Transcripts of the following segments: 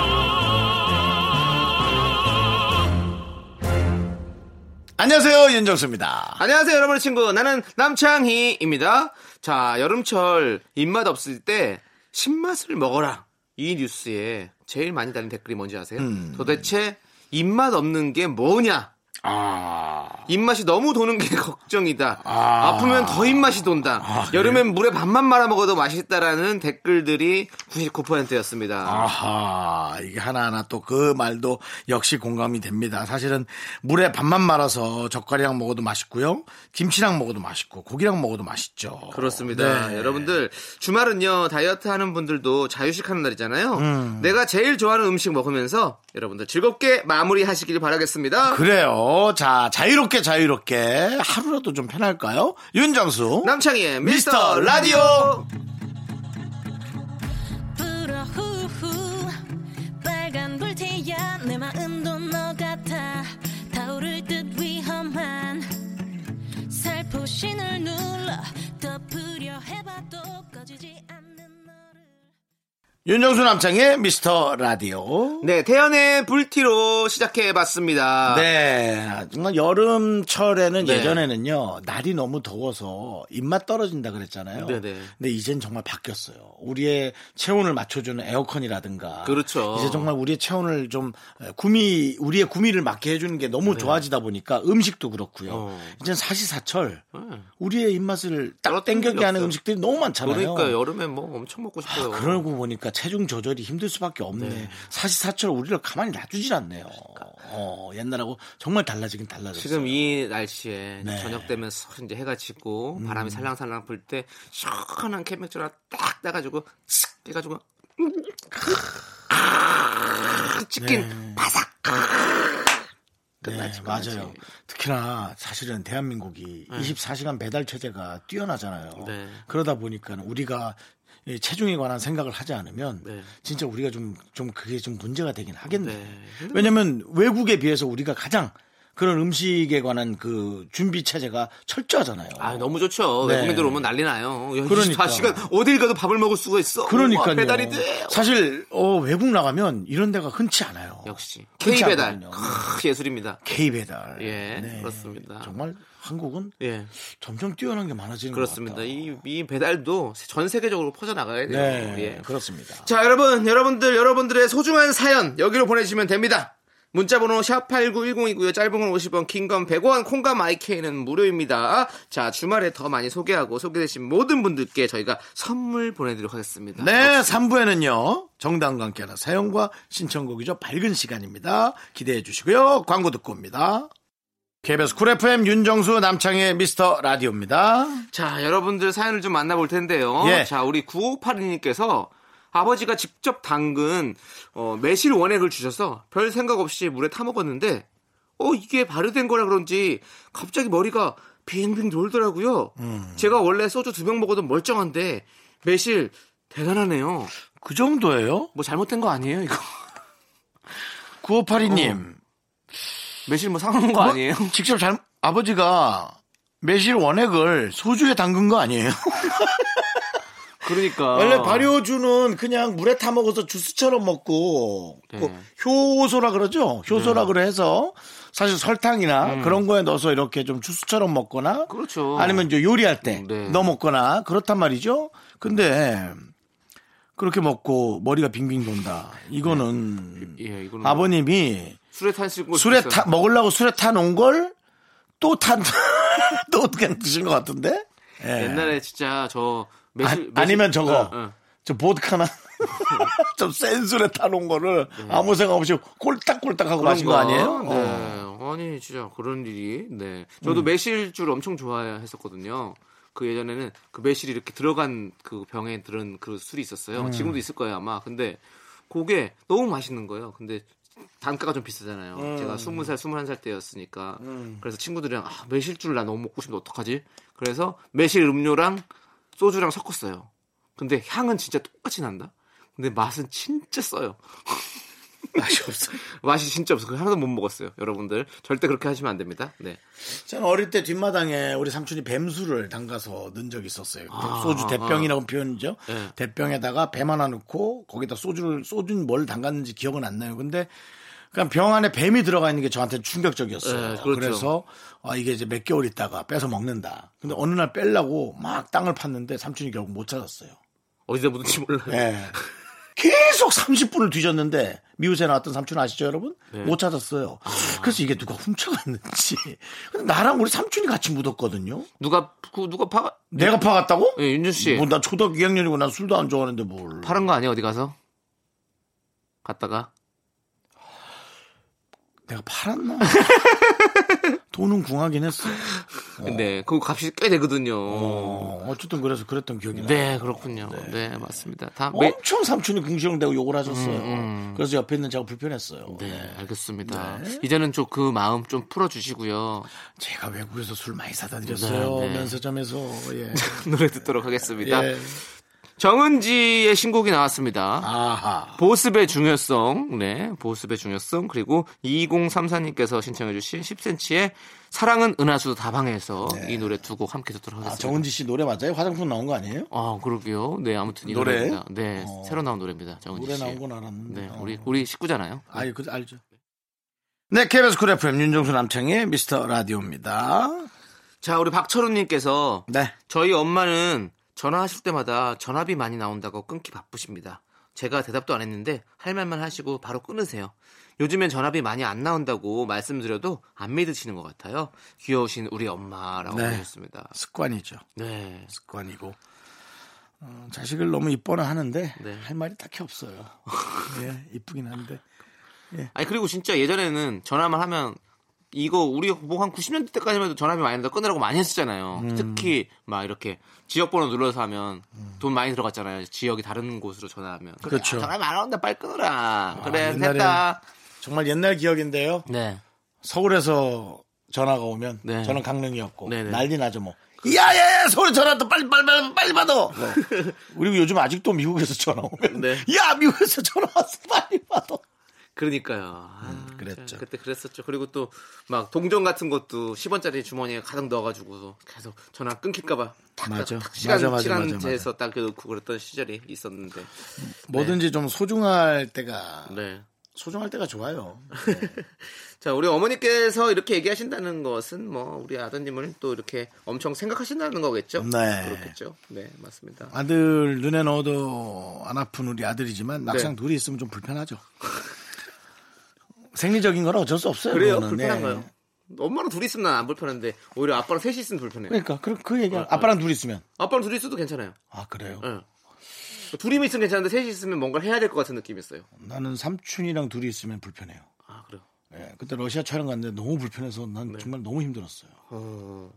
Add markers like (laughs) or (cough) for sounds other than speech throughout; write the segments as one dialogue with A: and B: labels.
A: 안녕하세요 윤정수입니다.
B: 안녕하세요, 여러분의 친구. 나는 남창희입니다. 자, 여름철 입맛 없을 때 신맛을 먹어라. 이 뉴스에 제일 많이 달린 댓글이 뭔지 아세요? 도대체 입맛 없는 게 뭐냐? 아. 입맛이 너무 도는 게 (laughs) 걱정이다. 아. 프면더 입맛이 돈다. 여름엔 물에 밥만 말아 먹어도 맛있다라는 댓글들이
A: 아,
B: 99%였습니다.
A: 아하 이게 하나하나 또 그 말도 역시 공감이 됩니다. 사실은 물에 밥만 말아서 젓갈이랑 먹어도 맛있고요, 김치랑 먹어도 맛있고 고기랑 먹어도 맛있죠.
B: 그렇습니다.
A: 네.
B: 여러분들 주말은요 다이어트 하는 분들도 자유식하는 날이잖아요.
A: 음.
B: 내가 제일 좋아하는 음식 먹으면서 여러분들 즐겁게 마무리하시길 바라겠습니다.
A: 그래요. 자 자유롭게 자유롭게 하루라도 좀 편할까요? 윤정수
B: 남창희의
A: 미스터
B: 미스터 라디오.
A: 라디오.
C: 불어 후후 빨간 불태야 내 마음도 너 같아 타오를 듯 위험한 살포신을 눌러 덮으려 해봐도 꺼지지 않는 너를
A: 윤정수 남창의 미스터 라디오.
B: 네 태연의 불티로 시작해봤습니다.
A: 네, 정말 여름철에는
B: 네.
A: 예전에는요 날이 너무 더워서 입맛 떨어진다 그랬잖아요.
B: 네네.
A: 근데 이젠 정말 바뀌었어요. 우리의 체온을 맞춰주는 에어컨이라든가,
B: 그렇죠.
A: 이제 정말 우리의 체온을 좀 에, 구미 우리의 구미를 맞게 해주는 게 너무 좋아지다 보니까 음식도 그렇고요.
B: 네. 어. 네.
A: 이젠 사시사철 우리의 입맛을 딱
B: 떨어뜨릴
A: 땡겨게 하는
B: 필요 없어요.
A: 음식들이 너무 많잖아요.
B: 그러니까 여름에 뭐 엄청 먹고 싶어요.
A: 아, 그러고 보니까 체중 조절이 힘들 수밖에 없네. 사시사철 우리를 가만히 놔두질 않네요. 어, 옛날하고 정말 달라지긴 달라졌어요.
B: 지금 이 날씨에
A: 네. 음.
B: 저녁 되면 서 이제 해가 지고 바람이 살랑살랑 불 때 시원한 캔맥주 하나 딱 따가지고 칙 해가지고 음, 아, 치킨 바삭
A: 네,
B: 끝났지, 끝났지.
A: 맞아요. 특히나 사실은 대한민국이 24시간 배달 체제가 뛰어나잖아요.
B: 네.
A: 그러다 보니까 우리가 이 체중에 관한 생각을 하지 않으면
B: 네.
A: 진짜 우리가 좀, 좀 그게 좀 문제가 되긴 하겠네.
B: 네.
A: 왜냐면 외국에 비해서 우리가 가장 그런 음식에 관한 그 준비 체제가 철저하잖아요.
B: 아 너무 좋죠
A: 네.
B: 외국인들 오면 난리 나요
A: 그러니까.
B: 그러니까 시간 어딜 가도 밥을 먹을 수가 있어
A: 그러니까요.
B: 우와, 배달이 돼
A: 사실 어, 외국 나가면 이런 데가 흔치 않아요.
B: 역시 K
A: 흔치
B: 배달
A: 않거든요.
B: 크, 예술입니다
A: K 배달. 네.
B: 예, 그렇습니다.
A: 정말 한국은
B: 예
A: 점점 뛰어난 게 많아지는 것
B: 그렇습니다
A: 같아요.
B: 이, 이 배달도 전 세계적으로 퍼져 나가야 돼요
A: 네,
B: 예.
A: 그렇습니다.
B: 자, 여러분, 여러분들, 여러분들의 소중한 사연 여기로 보내주시면 됩니다. 문자번호 샵8910이고요. 짧은 건 50원, 긴 건 100원, 콩과 마이케이는 무료입니다. 자, 주말에 더 많이 소개하고 소개되신 모든 분들께 저희가 선물 보내드리도록 하겠습니다.
A: 네, 3부에는요, 정당과 함께하는 사연과 신청곡이죠. 밝은 시간입니다. 기대해 주시고요. 광고 듣고 옵니다. KBS 쿨 FM 윤정수 남창의 미스터 라디오입니다.
B: 자, 여러분들 사연을 좀 만나볼 텐데요.
A: 예.
B: 자, 우리 9582님께서 아버지가 직접 담근 어, 매실 원액을 주셔서 별 생각 없이 물에 타먹었는데 어 이게 발효된 거라 그런지 갑자기 머리가 빙빙 돌더라고요.
A: 음.
B: 제가 원래 소주 두 병 먹어도 멀쩡한데 매실 대단하네요.
A: 그 정도예요?
B: 뭐 잘못된 거 아니에요 이거? (laughs) 어.
A: 9582님.
B: 매실 뭐 상한 거 아니에요?
A: (laughs)
B: (laughs)
A: 직접 잘, 아버지가 매실 원액을 소주에 담근 거 아니에요? 어.
B: 그러니까
A: (laughs) 원래 발효주는 그냥 물에 타 먹어서 주스처럼 먹고 그 효소라 그러죠. 효소라 그래 해서 사실 설탕이나 그런 거에 넣어서 이렇게 좀 주스처럼 먹거나
B: 그렇죠.
A: 아니면 이제 요리할 때
B: 음, 네.
A: 넣어 먹거나 그렇단 말이죠. 근데 그렇게 먹고 머리가 빙빙 돈다. 이거는
B: 예 이거는
A: 아버님이
B: 술에 탄식고
A: 술에 타 먹으려고 술에 타 놓은 걸 (laughs) 또탄또 그냥 드신 것 같은데. 예.
B: 옛날에 진짜 저
A: 아,
B: 매실, 어, 매실-
A: 아니면 저거
B: 응, 응.
A: 저 보드카나 (laughs) 좀 센 술에 타놓은 거를 아무 생각 없이 꼴딱꼴딱 하고 마신 거 아니에요? 어.
B: 네. 아니 진짜 그런 일이. 네.
A: 음.
B: 저도 매실주를 엄청 좋아했었거든요. 그 예전에는 그 매실이 이렇게 들어간 그
A: 음.
B: 병에 들은 그 술이 있었어요. 지금도 있을 거예요 아마. 근데 그게 너무 맛있는 거예요. 근데 단가가 좀 비싸잖아요.
A: 음.
B: 제가 20살, 21살 때였으니까. 그래서 친구들이랑 아, 매실주를 나 너무 먹고 싶은데 어떡하지? 그래서 매실 음료랑 소주랑 섞었어요. 근데 향은 진짜 똑같이 난다. 근데 맛은 진짜 써요.
A: 맛이 없어.
B: 맛이 진짜 없어. 그 하나도 못 먹었어요. 여러분들 절대 그렇게 하시면 안 됩니다. 네.
A: 저는 어릴 때 뒷마당에 우리 삼촌이 뱀수를 담가서 넣은 적이 있었어요. 그
B: 아,
A: 소주 대병이라고 표현이죠.
B: 네.
A: 대병에다가 뱀 하나 넣고 거기다 소주를 소주는 뭘 담갔는지 기억은 안 나요. 근데 그냥 병 안에 뱀이 들어가 있는 게 저한테 충격적이었어요.
B: 네,
A: 그
B: 그렇죠.
A: 래서 이게 이제 몇 개월 있다가 빼서 먹는다. 근데 어느 날 빼려고 막 땅을 팠는데 삼촌이 결국 못 찾았어요.
B: 어디다 묻은지 몰라요.
A: 예. 계속 30분을 뒤졌는데 미우새 나왔던 삼촌 아시죠 여러분?
B: 네.
A: 못 찾았어요.
B: 아.
A: 그래서 이게 누가 훔쳐갔는지. 근데 나랑 우리 삼촌이 같이 묻었거든요.
B: 누가 그 누가 파?
A: 내가 파갔다고?
B: 예, 윤준 씨
A: 뭐, 나 초등학교 2학년이고 난 술도 안 좋아하는데 뭘.
B: 파는 거 아니야 어디 가서? 갔다가
A: 내가
B: (laughs)
A: 팔았나? 돈은 궁하긴 했어.
B: 네, 그거 값이 꽤 되거든요.
A: 어, 어쨌든 그래서 그랬던 기억이 나.
B: 네, 그렇군요. 네, 맞습니다. 다
A: 어?
B: 매...
A: 엄청 삼촌이 궁시렁대고 욕을 하셨어요. 그래서 옆에 있는 제가 불편했어요.
B: 음, 네, 알겠습니다. 이제는 좀 그 마음 좀 풀어주시고요. (laughs)
A: 제가 외국에서 술 많이 사다 드렸어요.
B: 네, 네.
A: 면세점에서.
B: (laughs)
A: 예.
B: 노래 듣도록 하겠습니다.
A: 예.
B: 정은지의 신곡이 나왔습니다.
A: 아하.
B: 보습의 중요성, 네, 보습의 중요성, 그리고 2034님께서 신청해주신 10cm의 사랑은 은하수 다방에서 이 노래 두 곡 함께 듣도록
A: 네. 아,
B: 하겠습니다.
A: 정은지 씨 노래 맞아요? 화장품 나온 거 아니에요?
B: 아, 그러게요. 네, 아무튼 이
A: 노래? 어.
B: 노래? 입니다 네, 새로 나온 노래입니다. 정은지
A: 노래
B: 씨.
A: 나온 건 알았는데.
B: 네,
A: 어.
B: 우리 우리 식구잖아요.
A: 아유, 그 알죠. 네, KBS 쿨 FM 윤정수 남창의 미스터 라디오입니다.
B: 자, 우리 박철훈님께서
A: 네.
B: 저희 엄마는 전화하실 때마다 전화비 많이 나온다고 끊기 바쁘십니다. 제가 대답도 안 했는데 할 말만 하시고 바로 끊으세요. 요즘엔 전화비 많이 안 나온다고 말씀드려도 안 믿으시는 것 같아요. 귀여우신 우리 엄마라고
A: 네.
B: 하셨습니다.
A: 습관이죠.
B: 네.
A: 습관이고 어, 자식을 너무 이뻐는 하는데
B: 네.
A: 할 말이 딱히 없어요. 예, 이쁘긴 한데
B: 아니 그리고 진짜 예전에는 전화만 하면 이거 우리 뭐 한 90년대 때까지만 해도 전화비 많이 나온다 끊으라고 많이 했었잖아요.
A: 음.
B: 특히 막 이렇게 지역번호 눌러서 하면 돈 많이 들어갔잖아요. 지역이 다른 곳으로 전화하면 그래,
A: 그렇죠. 아,
B: 아, 전화 많이 나온다 빨리 끊어라. 그래
A: 옛날에는-
B: 됐다.
A: 정말 옛날 기억인데요.
B: 네.
A: 서울에서 전화가 오면
B: 네.
A: 저는 강릉이었고
B: 네, 네.
A: 난리 나죠 뭐. 야야 서울 전화 또 빨리 빨리 빨리 빨리 받아. 그리고 요즘 아직도 미국에서 전화 오면
B: 네.
A: 야 미국에서 전화 왔어 빨리 받아.
B: 그러니까요. 아,
A: 음, 그랬죠.
B: 참, 그때 그랬었죠. 그리고 또 막 동전 같은 것도 10원짜리 주머니에 가득 넣어가지고서 계속 전화 끊길까봐 탁,
A: 맞아.
B: 탁, 탁 시간
A: 맞아, 맞아, 맞아,
B: 시간제에서 딱 넣고 그랬던 시절이 있었는데.
A: 뭐든지 좀 소중할 때가
B: 네.
A: 소중할 때가 좋아요.
B: 자, 우리 어머니께서 이렇게 얘기하신다는 것은 뭐 우리 아드님을 또 이렇게 엄청 생각하신다는 거겠죠.
A: 네.
B: 그렇겠죠. 네, 맞습니다.
A: 아들 눈에 넣어도 안 아픈 우리 아들이지만
B: 네.
A: 막상 둘이 있으면 좀 불편하죠. 생리적인 건 어쩔 수 없어요.
B: 그래요,
A: 그거는.
B: 불편한가요?
A: 예.
B: 엄마랑 둘이 있으면 난안 불편한데 오히려 아빠랑 셋이 있으면 불편해요.
A: 그러니까 그, 그 얘기 아빠랑 둘이 있으면
B: 아빠랑 둘이 있어도 괜찮아요.
A: 아 그래요.
B: 예. 둘이면 있으면 괜찮은데 셋이 있으면 뭔가 해야 될 것 같은 느낌이 있어요.
A: 나는 삼촌이랑 둘이 있으면 불편해요.
B: 아, 그래요.
A: 예, 그때 러시아 촬영 갔는데 너무 불편해서
B: 네.
A: 난 정말 너무 힘들었어요.
B: 어.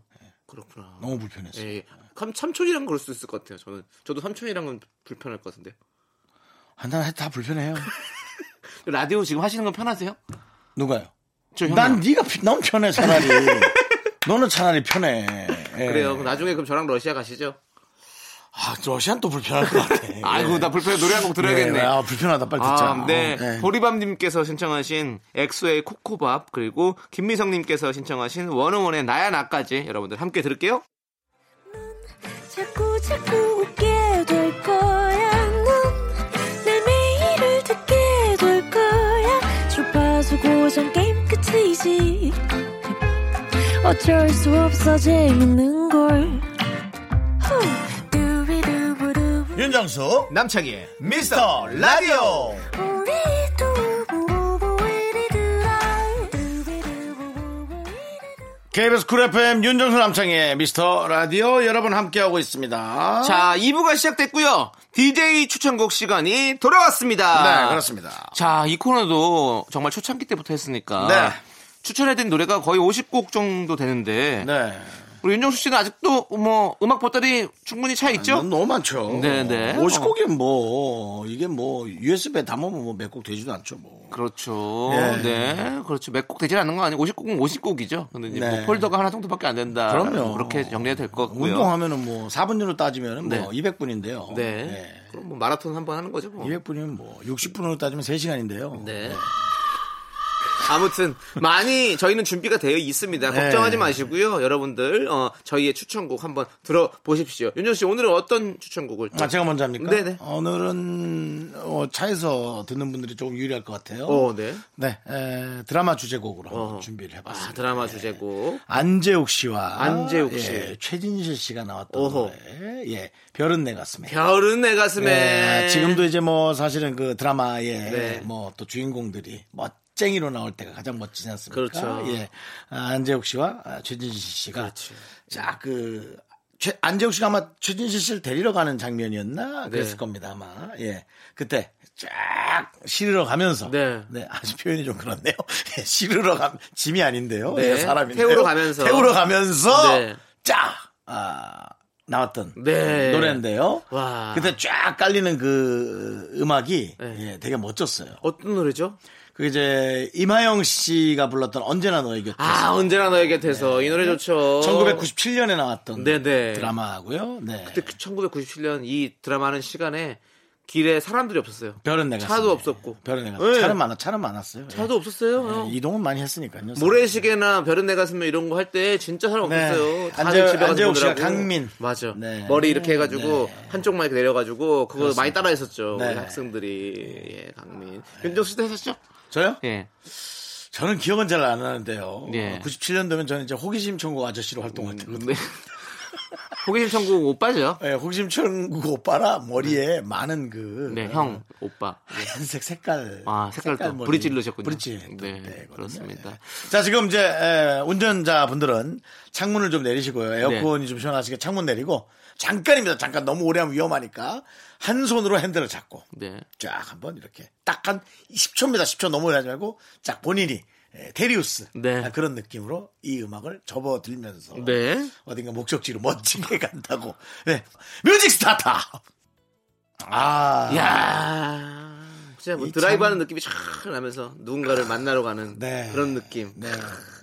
B: 그렇구나.
A: 너무 불편했어요.
B: 예. 예. 삼, 삼촌이랑 그럴 수 있을 것 같아요. 저는 저도 삼촌이랑은 불편할 것 같은데.
A: 아, 난다
B: (laughs)
A: 불편해요.
B: 라디오 지금 하시는 건 편하세요?
A: 누가요?
B: 저 형이요.
A: 난 네가 피- 넌 편해
B: (laughs)
A: 차라리. 너는 차라리 편해. 예.
B: 그래요. 그럼 나중에 그럼 저랑 러시아 가시죠.
A: 아 러시안 또 불편할 것 같아.
B: (laughs) 예. 아이고 나 불편해 노래 한 곡 들어야겠네.
A: 예, 아 불편하다 빨리 듣자.
B: 아, 네.
A: 예.
B: 보리밤님께서 신청하신 엑소의 코코밥 그리고 김미성님께서 신청하신 원어원의 나야 나까지 여러분들 함께 들을게요.
C: 자꾸 자꾸 웃게 될 거야. 넌내 매일을 듣게 될 거야. 주파수 고정 게임 끝이지. 어쩔 수 없어 재밌는 걸. 후. 두비두부두.
A: 윤정수
B: 남창희의
A: 미스터 라디오
C: 우리 두부부부 우리들아. 두비두부부부 우리들아.
A: KBS 쿨 FM 윤정수 남창의 미스터 라디오 여러분 함께하고 있습니다
B: 자 2부가 시작됐고요. DJ 추천곡 시간이 돌아왔습니다.
A: 네 그렇습니다
B: 자, 이 코너도 정말 초창기 때부터 했으니까
A: 네.
B: 추천해드린 노래가 거의 50곡 정도 되는데
A: 네
B: 우리 윤정수 씨는 아직도 뭐 음악 보따리 충분히 차 있죠?
A: 이건 너무 많죠.
B: 네네.
A: 50곡이 뭐, 이게 뭐, USB에 담으면 뭐 몇 곡 되지도 않죠, 뭐.
B: 그렇죠.
A: 예.
B: 네. 그렇죠. 몇 곡 되지 않는 거 아니에요? 50곡은 50곡이죠. 근데 이제
A: 네.
B: 뭐 폴더가 하나 정도밖에 안 된다.
A: 그럼요.
B: 그렇게 정리가 될 것 같고요.
A: 운동하면은 뭐, 4분으로 따지면은 뭐,
B: 네.
A: 200분인데요.
B: 네. 그럼 뭐 마라톤 한 번 하는 거죠. 뭐.
A: 200분이면 뭐, 60분으로 따지면 3시간인데요.
B: 네. 아무튼 많이 저희는 준비가 되어 있습니다.
A: 네.
B: 걱정하지 마시고요. 여러분들 어, 저희의 추천곡 한번 들어보십시오. 윤정 씨 오늘은 어떤 추천곡을?
A: 아, 제가 먼저 합니까?
B: 네네.
A: 오늘은, 어, 차에서 듣는 분들이 조금 유리할 것 같아요.
B: 어, 네.
A: 네, 에, 드라마 주제곡으로 한번
B: 어.
A: 준비를 해봤습니다.
B: 아, 드라마 주제곡.
A: 안재욱 씨와
B: 안재욱 씨.
A: 예, 최진실 씨가 나왔던
B: 어허.
A: 노래 예 별은 내 가슴에
B: 별은 내 가슴에.
A: 예, 지금도 이제 뭐 사실은 그 드라마에
B: 네.
A: 뭐 또 주인공들이 멋쟁이로 나올 때가 가장 멋지지 않습니까?
B: 그렇죠.
A: 예 아, 안재욱 씨와 아, 최진실 씨가
B: 그렇죠.
A: 자그 안재욱 씨가 아마 최진실 씨를 데리러 가는 장면이었나 그랬을
B: 네.
A: 겁니다 아마 예 그때 쫙 실으러 가면서
B: 네.
A: 아주 표현이 좀 그렇네요 (laughs) 예, 실으러 가 짐이 아닌데요
B: 네.
A: 예, 사람인데요
B: 태우러 가면서.
A: 태우러 가면서
B: 네.
A: 쫙 아, 나왔던
B: 네.
A: 노래인데요.
B: 와.
A: 그때 쫙 깔리는 그 음악이
B: 네.
A: 예, 되게 멋졌어요.
B: 어떤 노래죠?
A: 그 이제 임하영 씨가 불렀던 언제나 너의 곁에
B: 아 언제나 너에게 돼서 이 노래 좋죠.
A: 1997년에 나왔던
B: 네네.
A: 네. 드라마고요. 네.
B: 그때 1997년 이 드라마는 시간에 길에 사람들이 없었어요.
A: 별은 내가
B: 차도 없었고.
A: 별은 내가
B: 네.
A: 차는 많아 차는 많았어요.
B: 차도
A: 예.
B: 없었어요.
A: 예, 이동은 많이 했으니까요.
B: 모래시계나 별은 내 가슴에 이런 거 할 때 진짜 사람
A: 네.
B: 없었어요. 다들
A: 안재-
B: 집에 가서
A: 안재욱 씨가
B: 보느라고.
A: 강민.
B: 맞아.
A: 네.
B: 머리 이렇게 해가지고
A: 네.
B: 한쪽만 이렇게 내려가지고 그거 많이 따라했었죠.
A: 네.
B: 우리 학생들이 예, 강민. 윤정수 씨도 했었죠?
A: 저요?
B: 예.
A: 저는 기억은 잘 안 하는데요.
B: 예.
A: 97년도면 저는 이제 호기심 천국 아저씨로 활동할 때거든요. (laughs)
B: 네. 호기심 천국 오빠죠.
A: 예, 호기심 천국 오빠라 머리에 많은 그
B: 네,
A: 어,
B: 형, 오빠.
A: 하얀색 색깔
B: 아, 색깔도
A: 머리.
B: 브릿지 넣으셨군요.
A: 브릿지
B: 네,
A: 때거든요.
B: 그렇습니다.
A: 예. 자 지금 이제 에, 운전자분들은 창문을 좀 내리시고요 에어컨이
B: 네.
A: 좀 시원하시게 창문 내리고 잠깐입니다 잠깐 너무 오래 하면 위험하니까 한 손으로 핸들을 잡고
B: 네.
A: 쫙 한번 이렇게 딱 한 10초입니다 10초 너무 오래 하지 말고 쫙 본인이 에, 테리우스
B: 네.
A: 아, 그런 느낌으로 이 음악을 접어들면서
B: 네.
A: 어딘가 목적지로 (laughs) 멋지게 간다고. 네. 뮤직 스타트! 아.
B: 야 진짜 뭐
A: 이
B: 드라이브
A: 참-
B: 하는 느낌이 촥 나면서 누군가를 만나러 가는
A: 네.
B: 그런 느낌.
A: 네.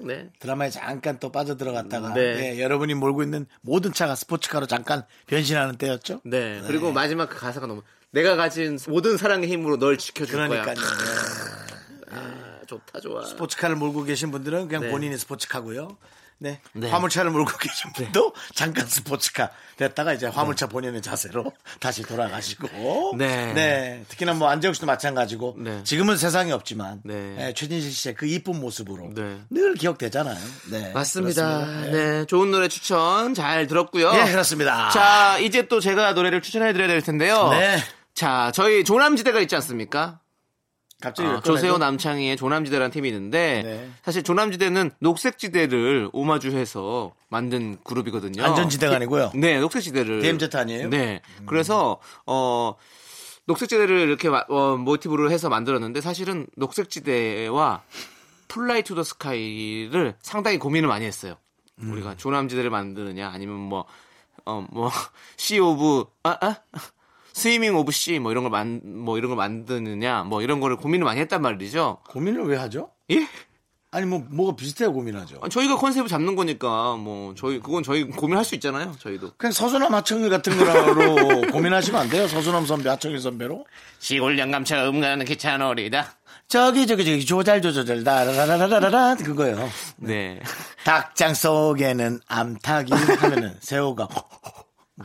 B: 네.
A: 드라마에 잠깐 또 빠져들어갔다가.
B: 네.
A: 예, 여러분이 몰고 있는 모든 차가 스포츠카로 잠깐 변신하는 때였죠?
B: 네. 그리고 마지막 그 가사가 너무 내가 가진 모든 사랑의 힘으로 널 지켜줄
A: 그러니까요.
B: 거야.
A: 예.
B: 아, 좋다 좋아.
A: 스포츠카를 몰고 계신 분들은 그냥
B: 네.
A: 본인이 스포츠카고요. 네.
B: 네.
A: 화물차를 몰고 계신 분도 잠깐 스포츠카 됐다가 이제 화물차 본연의 자세로 (laughs) 다시 돌아가시고.
B: 네.
A: 특히나 뭐 안재욱 씨도 마찬가지고.
B: 네.
A: 지금은 세상이 없지만.
B: 네.
A: 예, 최진실 씨의 그 이쁜 모습으로.
B: 네.
A: 늘 기억되잖아요. 네.
B: 맞습니다.
A: 그렇습니다.
B: 네. 좋은 노래 추천 잘 들었고요.
A: 예, 그렇습니다.
B: 자, 아, 이제 또 제가 노래를 추천해 드려야 될 텐데요.
A: 네. 아,
B: 자, 저희 조남지대가 있지 않습니까?
A: 갑자기
B: 아,
A: 왜 꺼내죠?
B: 조세호 남창희의 조남지대라는 팀이 있는데
A: 네.
B: 사실 조남지대는 녹색지대를 오마주해서 만든 그룹이거든요.
A: 안전지대가 아니고요.
B: 네, 녹색지대를.
A: DMZ 아니에요?
B: 네. 그래서 어 녹색지대를 이렇게 마- 어, 모티브로 해서 만들었는데 사실은 녹색지대와 플라이 투 더 스카이를 상당히 고민을 많이 했어요.
A: 음.
B: 우리가 조남지대를 만드느냐 아니면 뭐 어 뭐시 (laughs) 어, 오브 아아 스위밍 오브 시 뭐 이런 걸 만 뭐 이런 걸 만드느냐 뭐 이런 거를 고민을 많이 했단 말이죠.
A: 고민을 왜 하죠?
B: 예?
A: 아니, 뭐, 뭐가 비슷해요, 고민하죠.
B: 아, 저희가 컨셉을 잡는 거니까 뭐 저희 그건 저희 고민할 수 있잖아요. 저희도.
A: 그냥 서수남 하청일 같은 거로 고민하시면 (laughs) 안 돼요? 서수남 선배, 하청일 선배로?
B: 시골 영감차 음가는 기차놀이다.
A: 저기 저기 저기 조잘 조조절 나라라라라라 그거요.
B: 네.
A: (laughs) 닭장 속에는 암탉이 하면은 (laughs) 새우가 뭐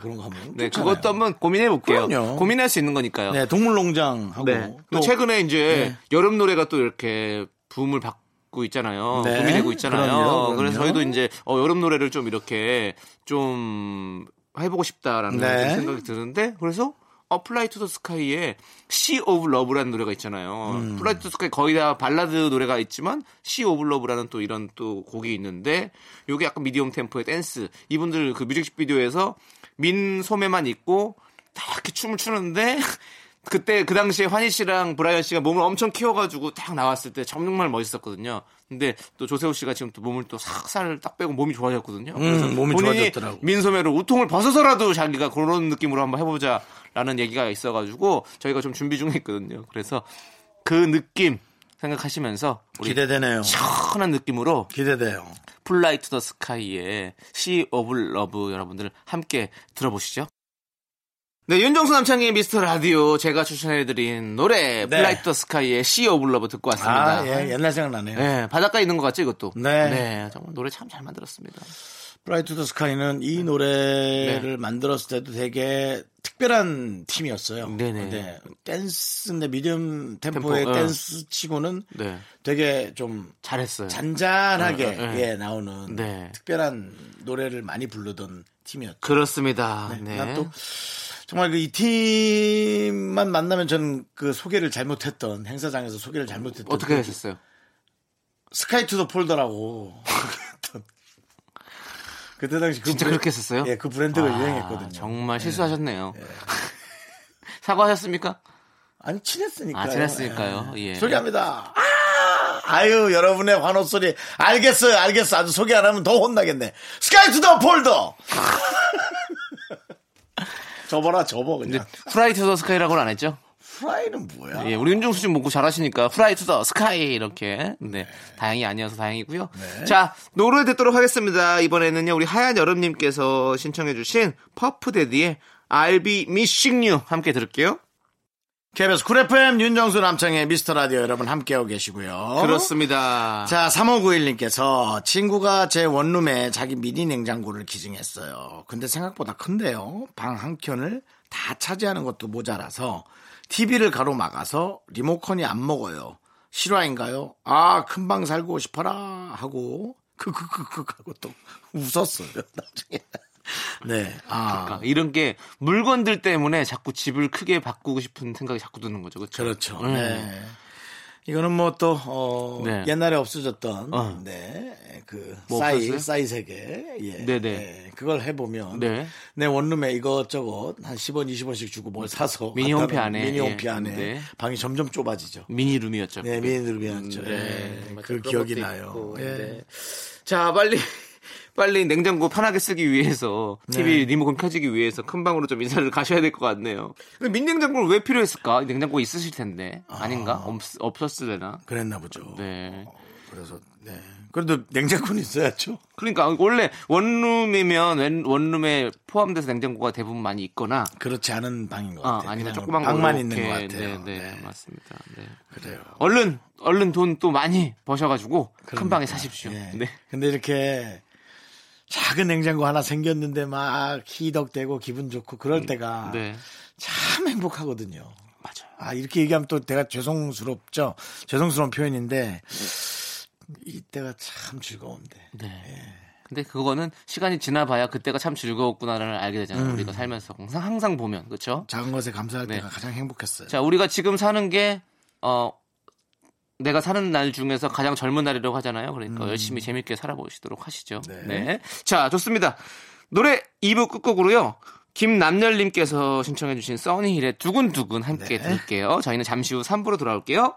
A: 그런 거 하면
B: 네,
A: 좋잖아요.
B: 그것도 한번 고민해 볼게요.
A: 그럼요.
B: 고민할 수 있는 거니까요.
A: 네 동물농장 하고
B: 네.
A: 또 네.
B: 또 최근에 이제 여름 노래가 또 이렇게 붐을 받고 있잖아요.
A: 네.
B: 붐이 되고 있잖아요.
A: 그럼요, 그럼요.
B: 래서 저희도 이제 어, 여름 노래를 좀 이렇게 좀 해보고 싶다라는
A: 네.
B: 생각이 드는데 그래서 어 플라이 투 더 스카이의 시 오브 러브라는 노래가 있잖아요.
A: 음.
B: 플라이 투 더 스카이 거의 다 발라드 노래가 있지만 시 오브 러브라는 또 이런 또 곡이 있는데 요게 약간 미디엄 템포의 댄스. 이분들 그 뮤직비디오에서 민 소매만 입고 다 이렇게 춤을 추는데 (laughs) 그때 그 당시에 환희 씨랑 브라이언 씨가 몸을 엄청 키워가지고 딱 나왔을 때 정말 멋있었거든요. 근데 또 조세호 씨가 지금 또 몸을 또 싹 살을 딱 빼고 몸이 좋아졌거든요. 그래서
A: 음, 몸이
B: 본인이
A: 좋아졌더라고.
B: 민소매로 우통을 벗어서라도 자기가 그런 느낌으로 한번 해보자라는 얘기가 있어가지고 저희가 좀 준비 중에 있거든요. 그래서 그 느낌 생각하시면서 우리
A: 기대되네요.
B: 시원한 느낌으로
A: 기대돼요.
B: 플라이 투 더 스카이의 시 오브 러브 여러분들 함께 들어보시죠. 네, 윤정수 남창희의 미스터 라디오 제가 추천해드린
A: 네.
B: 노래 플라이 투 더 스카이의 시 오브 러브 듣고 왔습니다.
A: 아, 예, 옛날 생각나네요.
B: 네, 바닷가에 있는 것 같죠, 이것도?
A: 네.
B: 정말 노래 참 잘 만들었습니다.
A: 브라이트 더 스카이는
B: 네.
A: 이 노래를 만들었을 때도 되게 특별한 팀이었어요.
B: 네네.
A: 근데 댄스인데 미디엄
B: 템포,
A: 템포의
B: 어.
A: 댄스 치고는
B: 네,
A: 되게 좀
B: 잘했어요.
A: 잔잔하게
B: 어, 어, 어.
A: 예, 나오는
B: 네.
A: 특별한 노래를 많이 부르던 팀이었죠.
B: 그렇습니다. 네.
A: 난 또 정말 그 이 팀만 만나면 저는 그 소개를 잘못했던 행사장에서 소개를 잘못했던
B: 어떻게
A: 그
B: 하셨어요?
A: 스카이 투 더 폴더라고 (laughs) 했던 그때 당시 그
B: 진짜
A: 브랜-
B: 그렇게 했었어요?
A: 예, 그 브랜드가
B: 아,
A: 유행했거든요. 예.
B: 정말 실수하셨네요. (laughs) 사과하셨습니까?
A: 아니 친했으니까요.
B: 아, 친했으니까요. 예.
A: 소개합니다. 아! 아유 여러분의 환호 소리 알겠어요, 알겠어. 아주 소개 안 하면 더 혼나겠네. 스카이 투 더 폴더. (laughs) 접어라 접어
B: 근데
A: 그냥.
B: 후라이 투 더 스카이라고는 안 했죠?
A: 프라이는 뭐야?
B: 예, 우리 윤종수 씨 먹고 잘하시니까 후라이 투 더 스카이 이렇게 네 다행이 아니어서 다행이고요.
A: 네.
B: 자 노래 듣도록 하겠습니다. 이번에는요 우리 하얀 여름님께서 신청해주신 퍼프데디의 I'll Be Missing You 함께 들을게요.
A: KBS 쿨 FM 윤정수 남창의 미스터 라디오 여러분 함께하고 계시고요.
B: 그렇습니다. 자,
A: 어? 자, 3591님께서 친구가 제 원룸에 자기 미니 냉장고를 기증했어요. 근데 생각보다 큰데요. 방 한 켠을 다 차지하는 것도 모자라서 TV를 가로막아서 리모컨이 안 먹어요. 실화인가요? 아, 큰 방 살고 싶어라 하고 크크크크 하고 또 (laughs) 웃었어요. 나중에. (laughs) 네. 아.
B: 이런 게 물건들 때문에 자꾸 집을 크게 바꾸고 싶은 생각이 자꾸 드는 거죠. 그렇죠.
A: 그렇죠.
B: 음.
A: 네. 이거는 뭐 또, 어,
B: 네.
A: 옛날에 없어졌던,
B: 어.
A: 네, 그,
B: 뭐
A: 싸이,
B: 없어졌어요?
A: 싸이 세계. 예.
B: 네네.
A: 예, 그걸 해보면,
B: 네.
A: 내 원룸에 이것저것 한 10원, 20원씩 주고 뭘 사서.
B: 미니
A: 갖다
B: 홈피
A: 놓은
B: 안에,
A: 미니
B: 예.
A: 홈피 안에.
B: 네.
A: 방이 점점 좁아지죠.
B: 미니룸이었죠.
A: 네,
B: 그게.
A: 미니룸이었죠.
B: 음,
A: 예.
B: 맞아요.
A: 그
B: 그런
A: 기억이
B: 것도
A: 나요.
B: 있고,
A: 예.
B: 네. 자, 빨리 (laughs) 빨리 냉장고 편하게 쓰기 위해서
A: 네.
B: TV 리모컨 켜지기 위해서 큰 방으로 좀 인사를 (laughs) 가셔야 될 것 같네요. 근데 민냉장고를 왜 필요했을까? 냉장고 있으실 텐데 아닌가? 없, 없었을래나?
A: 그랬나 보죠.
B: 네.
A: 그래서, 네. 그래도 냉장고는
B: (laughs)
A: 있어야죠.
B: 그러니까 원래 원룸이면 웬- 원룸에 포함돼서 냉장고가 대부분 많이 있거나
A: 그렇지 않은 방인 것
B: 아,
A: 같아요. 네,
B: 아니면
A: 그냥
B: 조그만 걸로
A: 방만 있는 것
B: 이렇게,
A: 같아요.
B: 네, 네,
A: 네.
B: 맞습니다. 네.
A: 그래요.
B: 얼른 얼른 돈 또 많이 버셔가지고 큰 방에 사십시오.
A: 예.
B: 네.
A: 근데 이렇게 작은 냉장고 하나 생겼는데 막 희덕대고 기분 좋고 그럴 때가
B: 네.
A: 참 행복하거든요.
B: 맞아요.
A: 아, 이렇게 얘기하면 또 내가 죄송스럽죠. 죄송스러운 표현인데 이때가 참 즐거운데.
B: 네. 근데 그거는 시간이 지나봐야 그때가 참 즐거웠구나라는 알게 되잖아요. 우리가 살면서 항상 항상 보면 그렇죠.
A: 작은 것에 감사할
B: 네.
A: 때가 가장 행복했어요.
B: 자, 우리가 지금 사는 게 어. 내가 사는 날 중에서 가장 젊은 날이라고 하잖아요. 그러니까 열심히 재밌게 살아보시도록 하시죠.
A: 네.
B: 네. 자, 좋습니다. 노래 2부 끝곡으로요. 김남열님께서 신청해주신 써니힐의 두근두근
A: 네.
B: 함께 들을게요. 저희는 잠시 후 3부로 돌아올게요.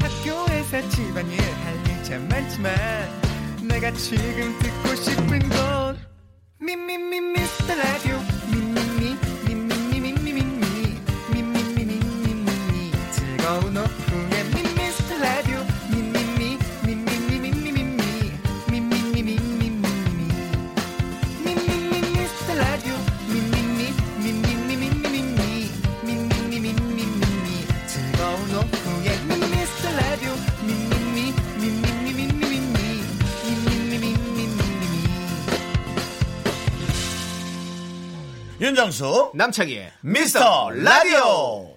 D: 학교에서 집안일 할 일 참 많지만 내가 지금 듣고 싶은 건 미미미 미스터 라디오 미미미 미미미 미미미 미미미 미미미 미미미 즐거운 오후에 미미스터 라디오 미미미 미미미 미미미 미미미 미미미 미미미
A: 윤정수
B: 남창희의
A: 미스터 라디오.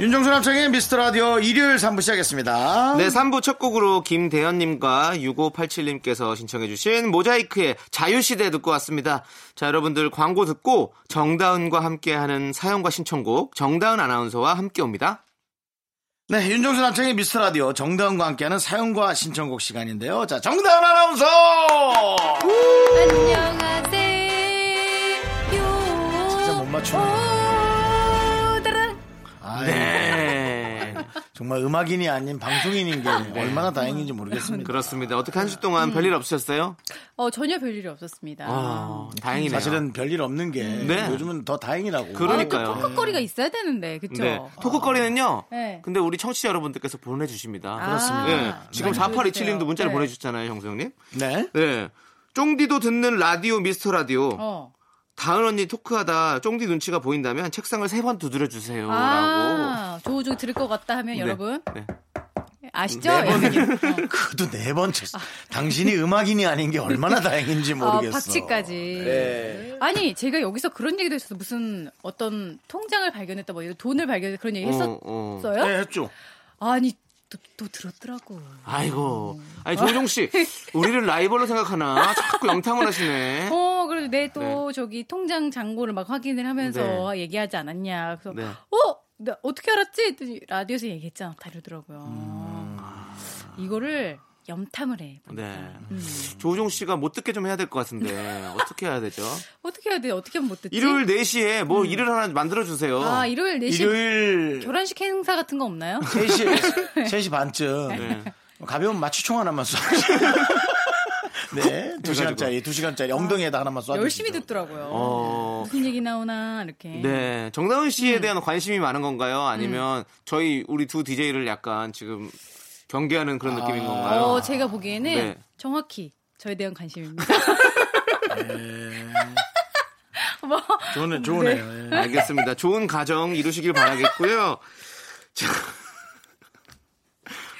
A: 윤정수 남창의 미스터 라디오 일요일 3부 시작했습니다.
B: 네, 3부 첫 곡으로 김대현님과 6587님께서 신청해주신 모자이크의 자유시대 듣고 왔습니다. 자, 여러분들 광고 듣고 정다은과 함께하는 사연과 신청곡 정다은 아나운서와 함께 옵니다.
A: 네, 윤정수 남창의 미스터 라디오 정다은과 함께하는 사연과 신청곡 시간인데요. 자, 정다은 아나운서!
C: 안녕하세요.
A: 진짜 못 그렇죠. 아이,
B: 네.
A: 정말 음악인이 아닌 방송인인 게 얼마나 다행인지
E: 그러니까.
A: 모르겠습니다.
B: 그렇습니다. 어떻게 한 주 동안
E: 음.
B: 별일 없으셨어요?
E: 어, 전혀 별일이 없었습니다.
B: 아, 다행이네요.
A: 사실은 별일 없는 게
B: 네.
A: 요즘은 더 다행이라고.
B: 그러니까요.
E: 아, 그 토크거리가 있어야 되는데, 그쵸?
B: 네. 그 토크거리는요.
E: 네.
B: 근데 우리 청취자 여러분들께서 보내주십니다.
E: 그렇습니다.
B: 네. 지금
E: 많이
B: 4827님도
E: 보내주세요.
B: 문자를
E: 네.
B: 보내주셨잖아요, 형수님.
A: 네.
B: 네. 쫑디도 듣는 라디오 미스터 라디오.
E: 어.
B: 다은 언니 토크하다 쫑디 눈치가 보인다면 책상을 세 번 두드려 주세요라고. 어,
E: 아, 조우조 들을 것 같다 하면
B: 네.
E: 여러분
B: 네.
E: 아시죠?
B: 네 번이요. (laughs)
E: 여러분?
A: 그것도 네 번째. 당신이 음악인이 아닌 게 얼마나 다행인지
E: 어. 아,
A: 모르겠어. 네.
E: 박치까지.
B: 네.
E: 아니, 제가 여기서 그런 얘기도 했어요. 무슨 어떤 통장을 발견했다, 뭐 이런 돈을 발견했다 그런 얘기
B: 어,
E: 했었어요?
B: 어.
A: 네, 했죠.
E: 아니, 또, 또 들었더라고.
B: 아이고.
E: 음.
B: 아니 조종
E: (laughs)
B: 씨, 우리를 라이벌로 생각하나? 자꾸 영탐을 하시네.
E: 어, 그리고 내 또
A: 네.
E: 저기 통장 잔고를 막 확인을 하면서 얘기하지 않았냐. 그래서
B: 네.
E: 어, 나 어떻게 알았지? 했더니 라디오에서 얘기했잖아. 다르더라고요.
A: 음.
E: 아. 이거를 염탐을 해.
B: 네.
E: 음.
B: 조종 씨가 못 듣게 좀 해야 될 것 같은데 어떻게 해야 되죠?
E: 네? 어떻게 해야 돼? 어떻게 하면 못 듣지?
B: 일요일 4시에 뭐 일을 하나 만들어 주세요.
E: 음. 아, 일요일 4시
A: 일요일
E: 결혼식 행사 같은 거
A: (laughs)
E: 없나요? (laughs)
A: 3시, 세시 반쯤
B: 네.
A: 가벼운 마취총 하나만
B: (laughs)
A: 쏴주세요. 네, 두 시간짜리, 두 시간짜리 엉덩이에다 하나만 쏴주세요.
E: 열심히 듣더라고요.
B: 어.
E: 무슨 얘기 나오나 이렇게.
B: 네. 정다은 씨에
E: 음.
B: 대한 관심이 많은 건가요? 아니면 저희 우리 두 DJ를 약간 지금 경계하는 그런 느낌인 건가요?
E: 어, 제가 보기에는
B: 네.
E: 정확히 저에
A: (laughs)
E: 대한 관심입니다.
A: 좋네, 좋네요. 예.
B: 알겠습니다. 좋은 가정 이루시길 바라겠고요. 자.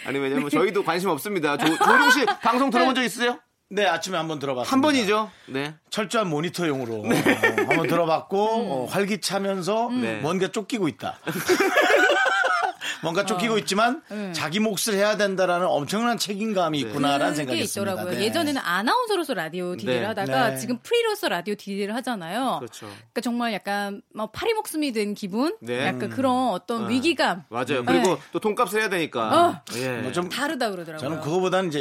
B: 아니
E: 네.
B: 왜냐면 저희도 관심 없습니다. 조, 조용 씨 방송 들어본 적 있으세요?
A: 네, 아침에 한번 들어봤어요.
B: 한 번이죠. 네.
A: 철저한 모니터용으로
E: 네.
A: 어, 한번 들어봤고
E: 음.
A: 어, 활기차면서
B: 네.
A: 뭔가 쫓기고
E: (laughs)
A: 있다. 뭔가
E: 어.
A: 쫓기고 있지만
E: 네.
A: 자기 몫을 해야 된다라는 엄청난 책임감이 있구나라는
E: 그게
A: 생각이 있습니다.
E: 있더라고요.
A: 네.
E: 예전에는 아나운서로서 라디오 DJ를
B: 네.
E: 하다가
A: 네.
E: 지금 프리로서 라디오 DJ를 하잖아요.
B: 그렇죠.
E: 그러니까 정말 약간 뭐 파리 목숨이 된 기분,
B: 네.
E: 약간 그런 어떤 위기감
B: 맞아요.
E: 네.
B: 그리고 또 돈값을 해야
E: 어.
B: 되니까. 예.
A: 뭐좀
E: 다르다 그러더라고요.
A: 저는 그거보다는 이제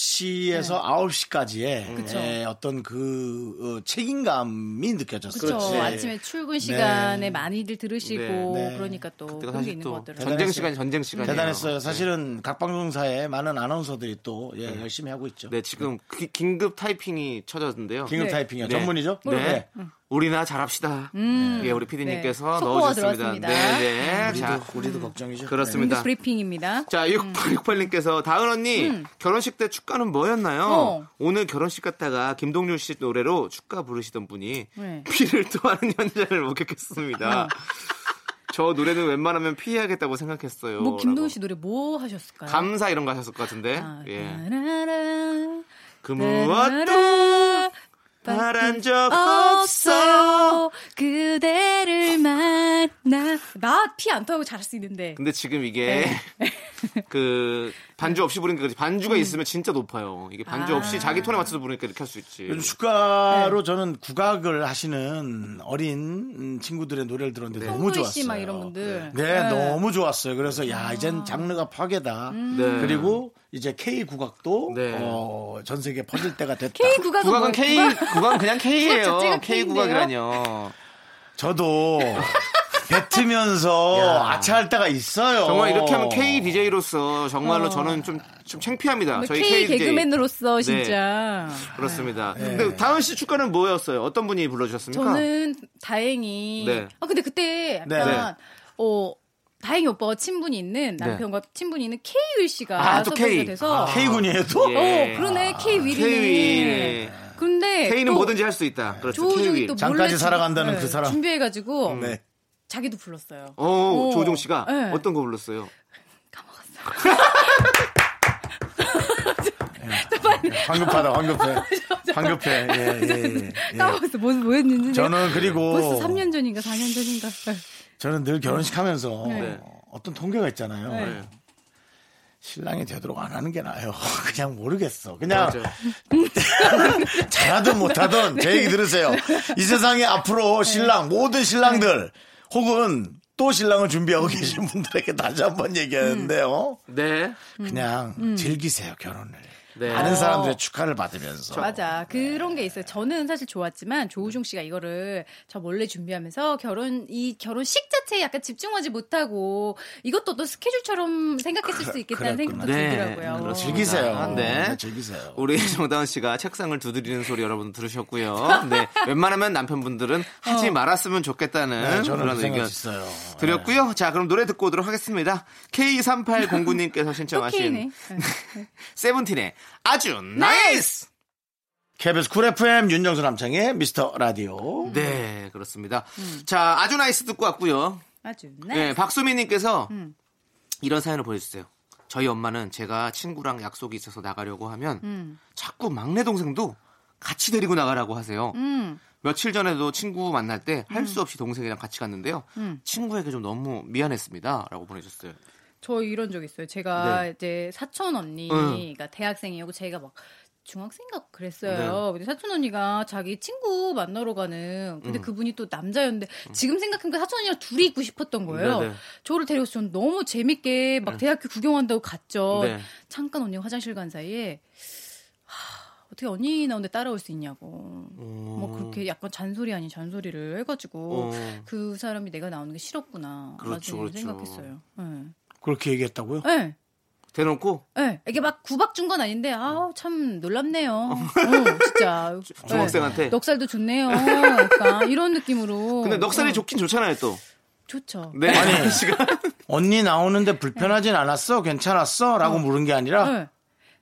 A: 7시에서 9시까지의
E: 네.
A: 예,
E: 그쵸.
A: 어떤 그 어, 책임감이 느껴졌어요.
E: 그렇죠.
A: 네.
E: 아침에 출근 시간에 많이들
B: 네,
E: 들으시고
A: 네.
E: 그러니까 또
B: 그때가
E: 그런 게
B: 사실
E: 있는
B: 또
E: 것 같더라고요.
B: 전쟁 시간 전쟁 시간
A: 대단했어요.
E: 네.
A: 사실은 각 방송사에 많은 아나운서들이 또 예, 열심히 하고 있죠.
B: 네, 지금 기- 긴급 타이핑이 쳐졌는데요.
A: 긴급
E: 네.
A: 타이핑이요.
B: 네.
A: 전문이죠?
B: 네. 우리나 잘합시다. 예, 우리 피디님께서
E: 음. 네. 속보가
B: 넣어주셨습니다.
E: 들어왔습니다.
B: 네, 네.
A: 우리도,
B: 자,
A: 우리도 걱정이죠.
B: 그렇습니다.
E: 브리핑입니다.
B: 자, 6868님께서 다은 언니 결혼식 때 축가는 뭐였나요?
E: 음. 어.
B: 오늘 결혼식 갔다가 김동률 씨 노래로 축가 부르시던 분이
E: 네.
B: 피를 (laughs) 토하는 현장을
E: 음.
B: 목격했습니다. 저 노래는 웬만하면 피해야겠다고 생각했어요.
E: 뭐 김동훈
B: 라고.
E: 씨 노래 뭐 하셨을까요?
B: 감사 이런 거 하셨을 것 같은데.
E: 아, 네.
B: 예.
E: 따라라,
B: 그 무엇도
E: 따라라,
B: 바란 적 없어요.
E: 없어요. 그대를 만나. 나 피 안 토하고 잘할 수 있는데.
B: 근데 지금 이게
E: 네.
B: (laughs) 그 반주 없이 부르니까 그렇지. 반주가 있으면 진짜 높아요. 이게 반주
E: 음. 아.
B: 없이 자기 톤에 맞춰서 부르니까 이렇게 할 수 있지.
A: 요즘
E: 네.
A: 축가로 저는 국악을 하시는 어린 음, 친구들의 노래를 들었는데 너무
E: 홍보희
A: 좋았어요.
E: 네. 씨막 이런 분들. 아.
A: 네, 너무 좋았어요. 그래서 야, 이젠 장르가 파괴다.
E: 음.
B: 네.
A: 그리고 이제 K 국악도
B: 네.
A: 어, 전 세계 퍼질 때가 됐다.
E: K 국악은
B: 국악은
E: 뭐예요?
B: K
E: 국악?
B: 국악은 그냥 K예요.
E: 자체가
B: K
E: K인데요?
B: 국악이라뇨.
E: (laughs)
A: 저도 뱉으면서 아차할 때가 있어요.
B: 정말 이렇게 하면 K DJ로서 정말로 저는 좀, 좀 창피합니다.
E: 뭐
B: 아, 저희
E: 어. K
B: K DJ.
E: 개그맨으로서
B: 네.
E: 진짜.
B: 그렇습니다. 근데 다은 씨 축가는 뭐였어요? 어떤 분이 불러주셨습니까?
E: 네.
B: 예.
E: 저는 다행히.
B: 그러니까 네.
E: 아 근데 그때 약간 어 다행히 오빠가 친분이 있는 남편과 친분이 있는 K 윌 씨가
B: 네. 아, 또
E: 섭외가
B: K.
E: 돼서.
A: K 군이에요, 또?
B: 예.
E: 어 그러네 K 윌이네.
B: K-Will.
E: 근데
B: K는
E: 또
B: 뭐든지 할 수 있다. 그렇죠.
E: 조우종이
B: K-Will.
E: 또 몰래
A: 잠까지
E: 준-
A: 살아간다는 그 사람.
E: 준비해가지고
A: 네.
E: 자기도 불렀어요.
B: 음. 어,
E: 어.
B: 조종 씨가
E: 네.
B: 어떤 거 불렀어요?
A: 황급하다,
E: (laughs)
A: 황급해. 황급해. 예, 예, 예.
E: 까먹었어. 뭐, 뭐였는지. 내가
A: 저는 그리고
E: 벌써 3년 전인가 4년 전인가.
A: 저는 늘 결혼식 하면서
B: 네.
A: 어떤 통계가 있잖아요.
E: 네.
A: 신랑이 되도록 안 하는 게 나아요. (laughs) 그냥 모르겠어. 그냥
B: 맞아요.
A: 잘하든
B: 네.
A: 못하든 제 얘기 들으세요. 이 세상에 앞으로 신랑, 모든 신랑들
B: 네.
A: 혹은 또 신랑을
B: 음.
A: 준비하고 계신 분들에게 다시 한번 얘기하는데요.
B: 네.
A: 그냥 즐기세요, 결혼을.
B: 네.
A: 많은 사람들의 축하를 받으면서
E: 맞아. 그런 게 있어요. 저는 사실 좋았지만 조우중 씨가 이거를 저 몰래 준비하면서 결혼 이 결혼식 자체에 약간 집중하지 못하고 이것도 또 스케줄처럼 생각했을 수 있겠다는
A: 그랬구나. 그렇죠.
E: 생각도
B: 네,
E: 들더라고요. 어.
B: 그렇습니다.
A: 즐기세요.
B: 네.
A: 네, 즐기세요.
B: 우리 (laughs) 정다은 씨가 책상을 두드리는 소리 여러분 들으셨고요. 네, 웬만하면 남편분들은
E: 어.
B: 하지 말았으면 좋겠다는
A: 네, 저는
B: 그런
A: 그 생각
B: 의견
A: 있어요. 네.
B: 드렸고요. 자, 그럼 노래 듣고 오도록 하겠습니다. K3809님께서
E: 토끼네.
B: 신청하신 세븐틴의 아주 나이스!
A: KBS 쿨 FM 윤정수 남창의 미스터 라디오.
B: 네, 그렇습니다. 자, 아주 나이스 듣고 왔고요.
E: 아주
B: 네, 음.
E: 네.
B: 박수미님께서 이런 사연을 보내주세요. 저희 엄마는 제가 친구랑 약속이 있어서 나가려고 하면 자꾸 막내 동생도 같이 데리고 나가라고 하세요.
E: 음.
B: 며칠 전에도 친구 만날 때 할 수 없이 동생이랑 같이 갔는데요. 친구에게 좀 너무 미안했습니다라고 보내줬어요.
E: 저 이런 적 있어요. 제가
B: 네.
E: 이제 사촌 언니가 대학생이었고 제가 막 중학생인가
B: 네.
E: 그랬어요. 근데 사촌 언니가 자기 친구 만나러 가는 근데 그분이 또 남자였는데 지금 생각해보니까 사촌 언니랑 둘이 있고 싶었던 거예요.
B: 네, 네.
E: 저를 데려서 전 너무 재밌게 막 대학교 구경한다고 갔죠.
B: 네.
E: 잠깐 언니가 화장실 간 사이에 하, 어떻게 언니 나오는데 따라올 수 있냐고. 뭐 그렇게 약간 잔소리 아닌 잔소리를 해가지고
B: 어.
E: 그 사람이 내가 나오는 게 싫었구나.
B: 그렇죠,
E: 나중에
B: 그렇죠.
E: 생각했어요. 네.
A: 그렇게 얘기했다고요?
E: 네.
B: 대놓고
E: 네, 이게 막 구박 준 건 아닌데 아우 참 놀랍네요. 어, 진짜 네.
B: 중학생한테.
E: 넉살도 좋네요. 약간 이런 느낌으로.
B: 근데 넉살이
E: 어,
B: 좋긴 좋잖아요 또.
E: 좋죠.
B: 네. 음. 아니 시간.
A: 언니 나오는데 불편하진 않았어? 괜찮았어? 라고 물은 게 아니라
E: 네.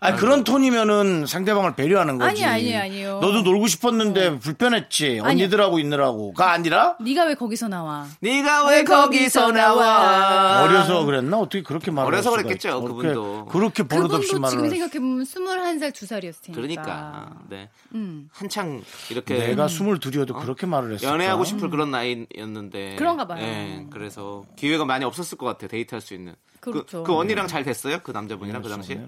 A: 아니, 그런 톤이면은 상대방을 배려하는 거지.
E: 아니, 아니, 아니요. 네.
A: 너도 놀고 싶었는데 불편했지. 언니들하고 있느라고가 아니라
E: 예. 네가 왜 거기서 나와?
B: 네가 왜 거기서 나와?
A: 어려서 그랬나? 어떻게 그렇게 말을
B: 어려서
A: 할 수가
B: 그랬겠죠,
A: 있- 어떻게
B: 그분도.
A: 그렇게
E: 그분도
A: 버릇없이 말을
E: 지금
A: 할 수-
E: 생각해 보면 21살 2살이었을 테니까.
B: 그러니까 네
E: 음.
B: 한창 이렇게
A: 내가 스물 둘이어도 그렇게 말을 했어.
B: 네. 연애하고 싶을 그런 나이였는데
E: 그런가 봐요.
B: 예, 그래서 기회가 많이 없었을 것 같아요. 데이트할 수 있는.
E: 그렇죠.
B: 그, 그 언니랑 잘 됐어요? 그 남자분이랑
A: 네,
B: 그 당시?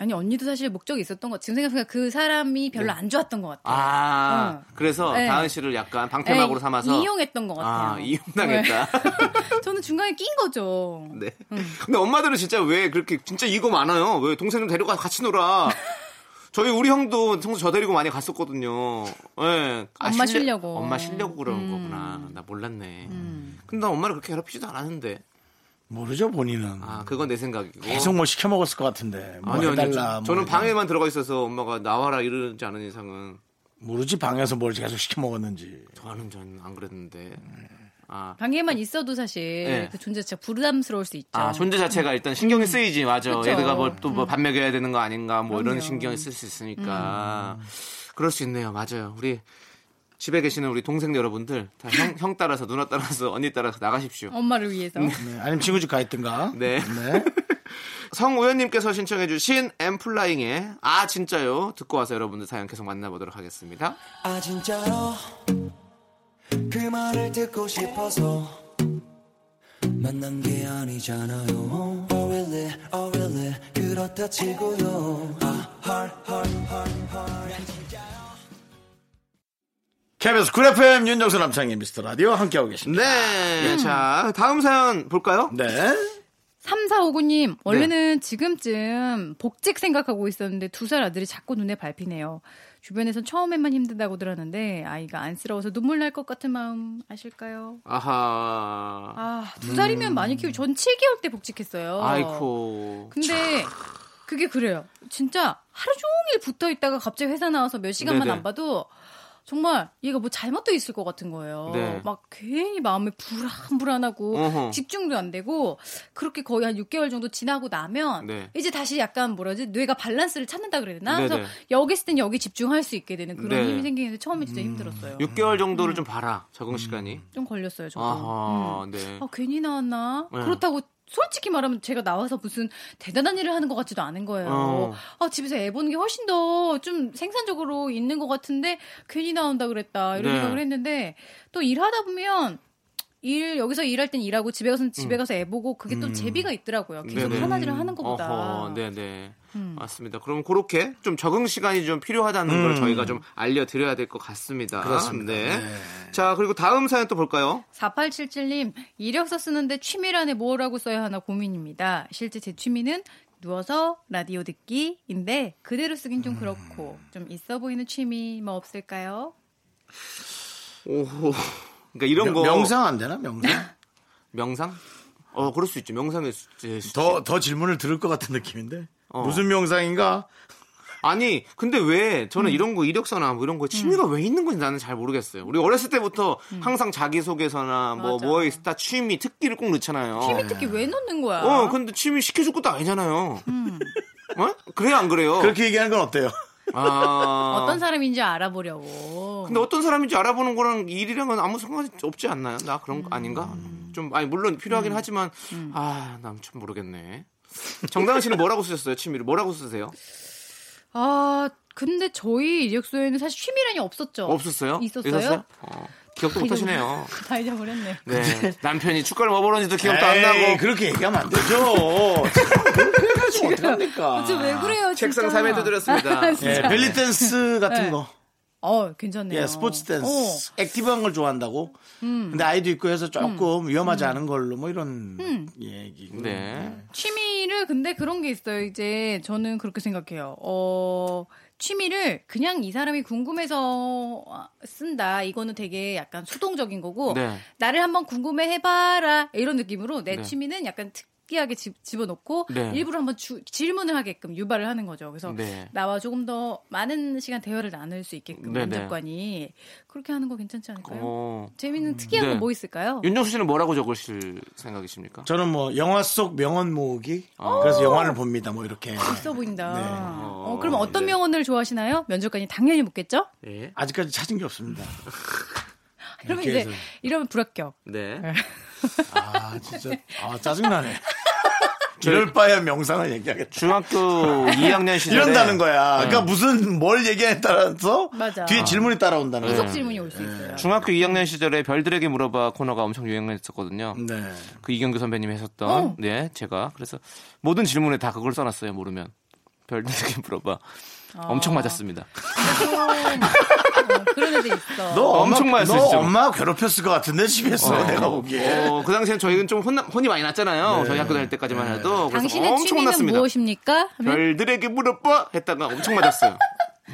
E: 아니 언니도 사실 목적이 있었던 것. 지금 생각해보니까 그 사람이 별로
B: 네.
E: 안 좋았던 것 같아.
B: 아, 그래서
E: 네.
B: 다은 씨를 약간 방패막으로
E: 네,
B: 삼아서
E: 이용했던 것 같아요.
B: 아, 이용당했다.
E: 네. 저는 중간에 낀 거죠.
B: 네. 근데 엄마들은 진짜 왜 그렇게 진짜 이거 많아요? 왜 동생 좀 데려가 같이 놀아. 저희 우리 형도 평소 저 데리고 많이 갔었거든요. 예. 아,
E: 엄마
B: 실려-
E: 쉬려고. 음.
B: 엄마 쉬려고 그런 거구나. 나 몰랐네. 근데 나 엄마를 그렇게 괴롭히지도 않았는데.
A: 모르죠 본인은.
B: 아, 그건 내 생각이고.
A: 계속 뭐 시켜 먹었을 것 같은데. 뭐
B: 아니요, 아니요.
A: 해달라,
B: 저-
A: 뭐
B: 저는
A: 해달라.
B: 방에만 들어가 있어서 엄마가 나와라 이러지 않은 이상은
A: 모르지 방에서 뭘 계속 시켜 먹었는지.
B: 저는 저는 안 그랬는데. 아,
E: 방에만 있어도 사실
B: 네.
E: 그 존재 자체가 부담스러울 수 있죠. 음.
B: 아, 존재 자체가 일단 신경이 쓰이지, 맞아.
E: 그렇죠. 그쵸.
B: 얘들가 뭐 또 뭐 밥 먹여야 되는 거 아닌가, 뭐 이런
E: 음. 그럼요. 음.
B: 신경이 쓸 수 있으니까. 그럴 수 있네요, 맞아요. 우리 집에 계시는 우리 동생 여러분들 다 형,
E: (laughs)
B: 형 따라서 누나 따라서 언니 따라서 나가십시오.
E: 엄마를 위해서.
A: 네, 아니면 친구 집 가 있든가.
B: 네. (laughs) 성우현님께서 신청해주신 엠플라잉의 아 진짜요 듣고 와서 여러분들 사연 계속 만나보도록 하겠습니다.
F: 아 진짜로 그 말을 듣고 싶어서 만난 게 아니잖아요 Oh really, oh really 그렇다 치고요 아 heart, heart, heart, heart
A: KBS 쿨 FM 윤정수 남창희 미스터 라디오 함께하고 계십니다.
B: 네. 자, 다음 사연 볼까요?
A: 네.
B: 네.
E: 3459님, 원래는 지금쯤 복직 생각하고 있었는데 두 살 아들이 자꾸 눈에 밟히네요. 주변에선 처음에만 힘든다고들 하는데 아이가 안쓰러워서 눈물 날 것 같은 마음 아실까요?
B: 아하.
E: 아, 두 살이면 많이 키우고 전 7개월 때 복직했어요.
B: 음. 아이코.
E: 근데 그게 그래요. 진짜 하루 종일 붙어 있다가 갑자기 회사 나와서 몇 시간만
B: 네네.
E: 안 봐도 정말 얘가 뭐 잘못도 있을 것 같은 거예요.
B: 네.
E: 막 괜히 마음이 불안불안하고
B: 어허.
E: 집중도 안 되고 그렇게 거의 한 6개월 정도 지나고 나면
B: 네.
E: 이제 다시 약간 뭐라지 뇌가 밸런스를 찾는다 그래야 되나?
B: 네네.
E: 그래서 여기 있을 땐 여기 집중할 수 있게 되는 그런
B: 네.
E: 힘이 생기는데 처음에 진짜 힘들었어요.
B: 6개월
E: 음.
B: 정도를 좀 봐라. 적응 시간이.
E: 좀 걸렸어요, 저도.
B: 아하. 네.
E: 아, 괜히 나왔나?
B: 네.
E: 그렇다고 솔직히 말하면 제가 나와서 무슨 대단한 일을 하는 것 같지도 않은 거예요.
B: 어.
E: 아, 집에서 애 보는 게 훨씬 더 좀 생산적으로 있는 것 같은데 괜히 나온다 그랬다 이런
B: 네.
E: 생각을 했는데 또 일하다 보면 일 여기서 일할 땐 일하고 집에 가서 집에 가서 애 보고 그게 또 재미가 있더라고요. 계속
B: 음. 네네.
E: 하나지를 하는 것보다. 음.
B: 어허, 네네. 맞습니다. 그럼 그렇게 좀 적응 시간이 좀 필요하다는 걸 저희가 좀 알려드려야 될 것 같습니다.
A: 음. 그렇습니다.
B: 네. 자, 그리고 다음 사연 또 볼까요?
E: 4877님, 이력서 쓰는데 취미란에 뭐라고 써야 하나 고민입니다. 실제 제 취미는 누워서 라디오 듣기인데 그대로 쓰긴 좀 그렇고
B: 음.
E: 좀 있어 보이는 취미 뭐 없을까요?
B: 오호. 그러니까 이런
A: 명-
B: 거
A: 명상 안 되나
B: (laughs)
A: 명상?
B: 명상? 어, 그럴 수 있죠. 명상일 수, 있을 수
A: 더 더 질문을 들을 것 같은 느낌인데
B: 어.
A: 무슨 명상인가?
B: 아니 근데 왜 저는
E: 음.
B: 이런 거 이력서나 뭐 이런 거 취미가 왜 있는 건지 나는 잘 모르겠어요. 우리 어렸을 때부터 항상 자기소개서나 뭐
E: 음. 맞아.
B: 뭐에 있다 취미 특기를 꼭 넣잖아요.
A: 네.
E: 취미 특히 왜 넣는 거야?
B: 어 근데 취미 시켜줄 것도 아니잖아요. 어? 그래요 안 그래요?
A: 그렇게 얘기하는 건 어때요?
B: 아
E: 어떤 사람인지 알아보려고.
B: 근데 어떤 사람인지 알아보는 거랑 일이란 건 아무 상관이 없지 않나요? 나 그런 거 아닌가? 좀 아니 물론 필요하긴 하지만 아난참 모르겠네. 정당 씨는 뭐라고 쓰셨어요 취미를? 뭐라고 쓰세요?
E: 아 근데 저희 이력서에는 사실 취미란이 없었죠.
B: 없었어요?
E: 있었어요?
B: 어, 기억도 못하시네요.
E: (laughs) 다 잊어버렸네.
B: 네. (laughs) 남편이 축가를 먹어버렸는지도 기억도 안
A: 에이,
B: 나고.
A: 그렇게 얘기하면 안
B: (laughs)
A: 되죠. 참, 그렇게 얘기하시면 어떡합니까?
E: 저 왜 그래요?
B: 아, 책상
E: 진짜.
B: 3회 두드렸습니다.
A: 예, 벨리 댄스 같은
E: 네.
A: 거.
E: (laughs) 어 괜찮네요. 음.
A: 예, 스포츠 댄스.
E: 어.
A: 액티브한 걸 좋아한다고. 근데 아이도 있고 해서
E: 음.
A: 조금 위험하지 않은 걸로 뭐 이런 얘기.
B: 네.
E: 취미를 근데 그런 게 있어요. 이제 저는 그렇게 생각해요. 어, 취미를 그냥 이 사람이 궁금해서 아, 쓴다. 이거는 되게 약간 수동적인 거고
B: 네.
E: 나를 한번 궁금해 해봐라 이런 느낌으로 내
B: 네.
E: 취미는 약간 특이하게 집, 집어넣고
B: 네.
E: 일부러 한번 주- 질문을 하게끔 유발을 하는 거죠. 그래서
B: 네.
E: 나와 조금 더 많은 시간 대화를 나눌 수 있게끔
B: 네,
E: 남자관이 그렇게 하는 거 괜찮지 않을까요?
B: 어.
E: 재밌는 특이한
B: 네.
E: 거 뭐 있을까요?
B: 윤정수 씨는 뭐라고 적으실 생각이십니까?
A: 저는 뭐 영화 속 명언 모으기.
B: 어.
A: 그래서 영화를 봅니다. 뭐
E: (laughs)
A: 이렇게.
E: 있어 보인다.
A: 네.
E: 어, 그럼 어떤
B: 네.
E: 명언을 좋아하시나요? 면접관이 당연히 묻겠죠?
B: 예.
A: 아직까지 찾은 게
E: (laughs)
A: 없습니다.
E: 이러면
A: 이렇게
E: 이제
A: 해서.
E: 이러면 불합격.
B: 네.
A: 아, 진짜. 아, 짜증나네. (laughs) 이럴 바야 명상을 얘기하겠다.
B: 중학교 2학년
A: 네.
B: 시절에
A: 이런다는 거야. 그러니까 무슨 뭘 얘기에 따라서
E: 맞아.
A: 뒤에 질문이 따라온다는
E: 후속
B: 네.
A: 거야.
E: 질문이 올 수 있어요.
B: 중학교 2학년 시절에 별들에게 물어봐 코너가 엄청 유행했었거든요.
A: 네.
B: 그 이경규 선배님이 했었던
E: 어.
B: 네 제가 그래서 모든 질문에 다 그걸 써놨어요 모르면 별들에게 물어봐
E: 아.
B: 엄청 맞았습니다.
E: 어, 그런 애들 있어.
A: 너
B: 엄청
A: 엄마,
B: 많이
A: 너
B: 쓰시죠?
A: 엄마 괴롭혔을 것 같은데 집에서 어, 내가 보기에. 네.
B: 어, 그 당시엔 저희는 좀 혼나, 혼이 많이 났잖아요. 저희 학교 다닐 때까지만 해도 그래서
E: 당신의
B: 엄청
E: 취미는
B: 혼났습니다.
E: 무엇입니까? 하면
B: 별들에게 물어봐 했다가 엄청
E: (laughs)
B: 맞았어요.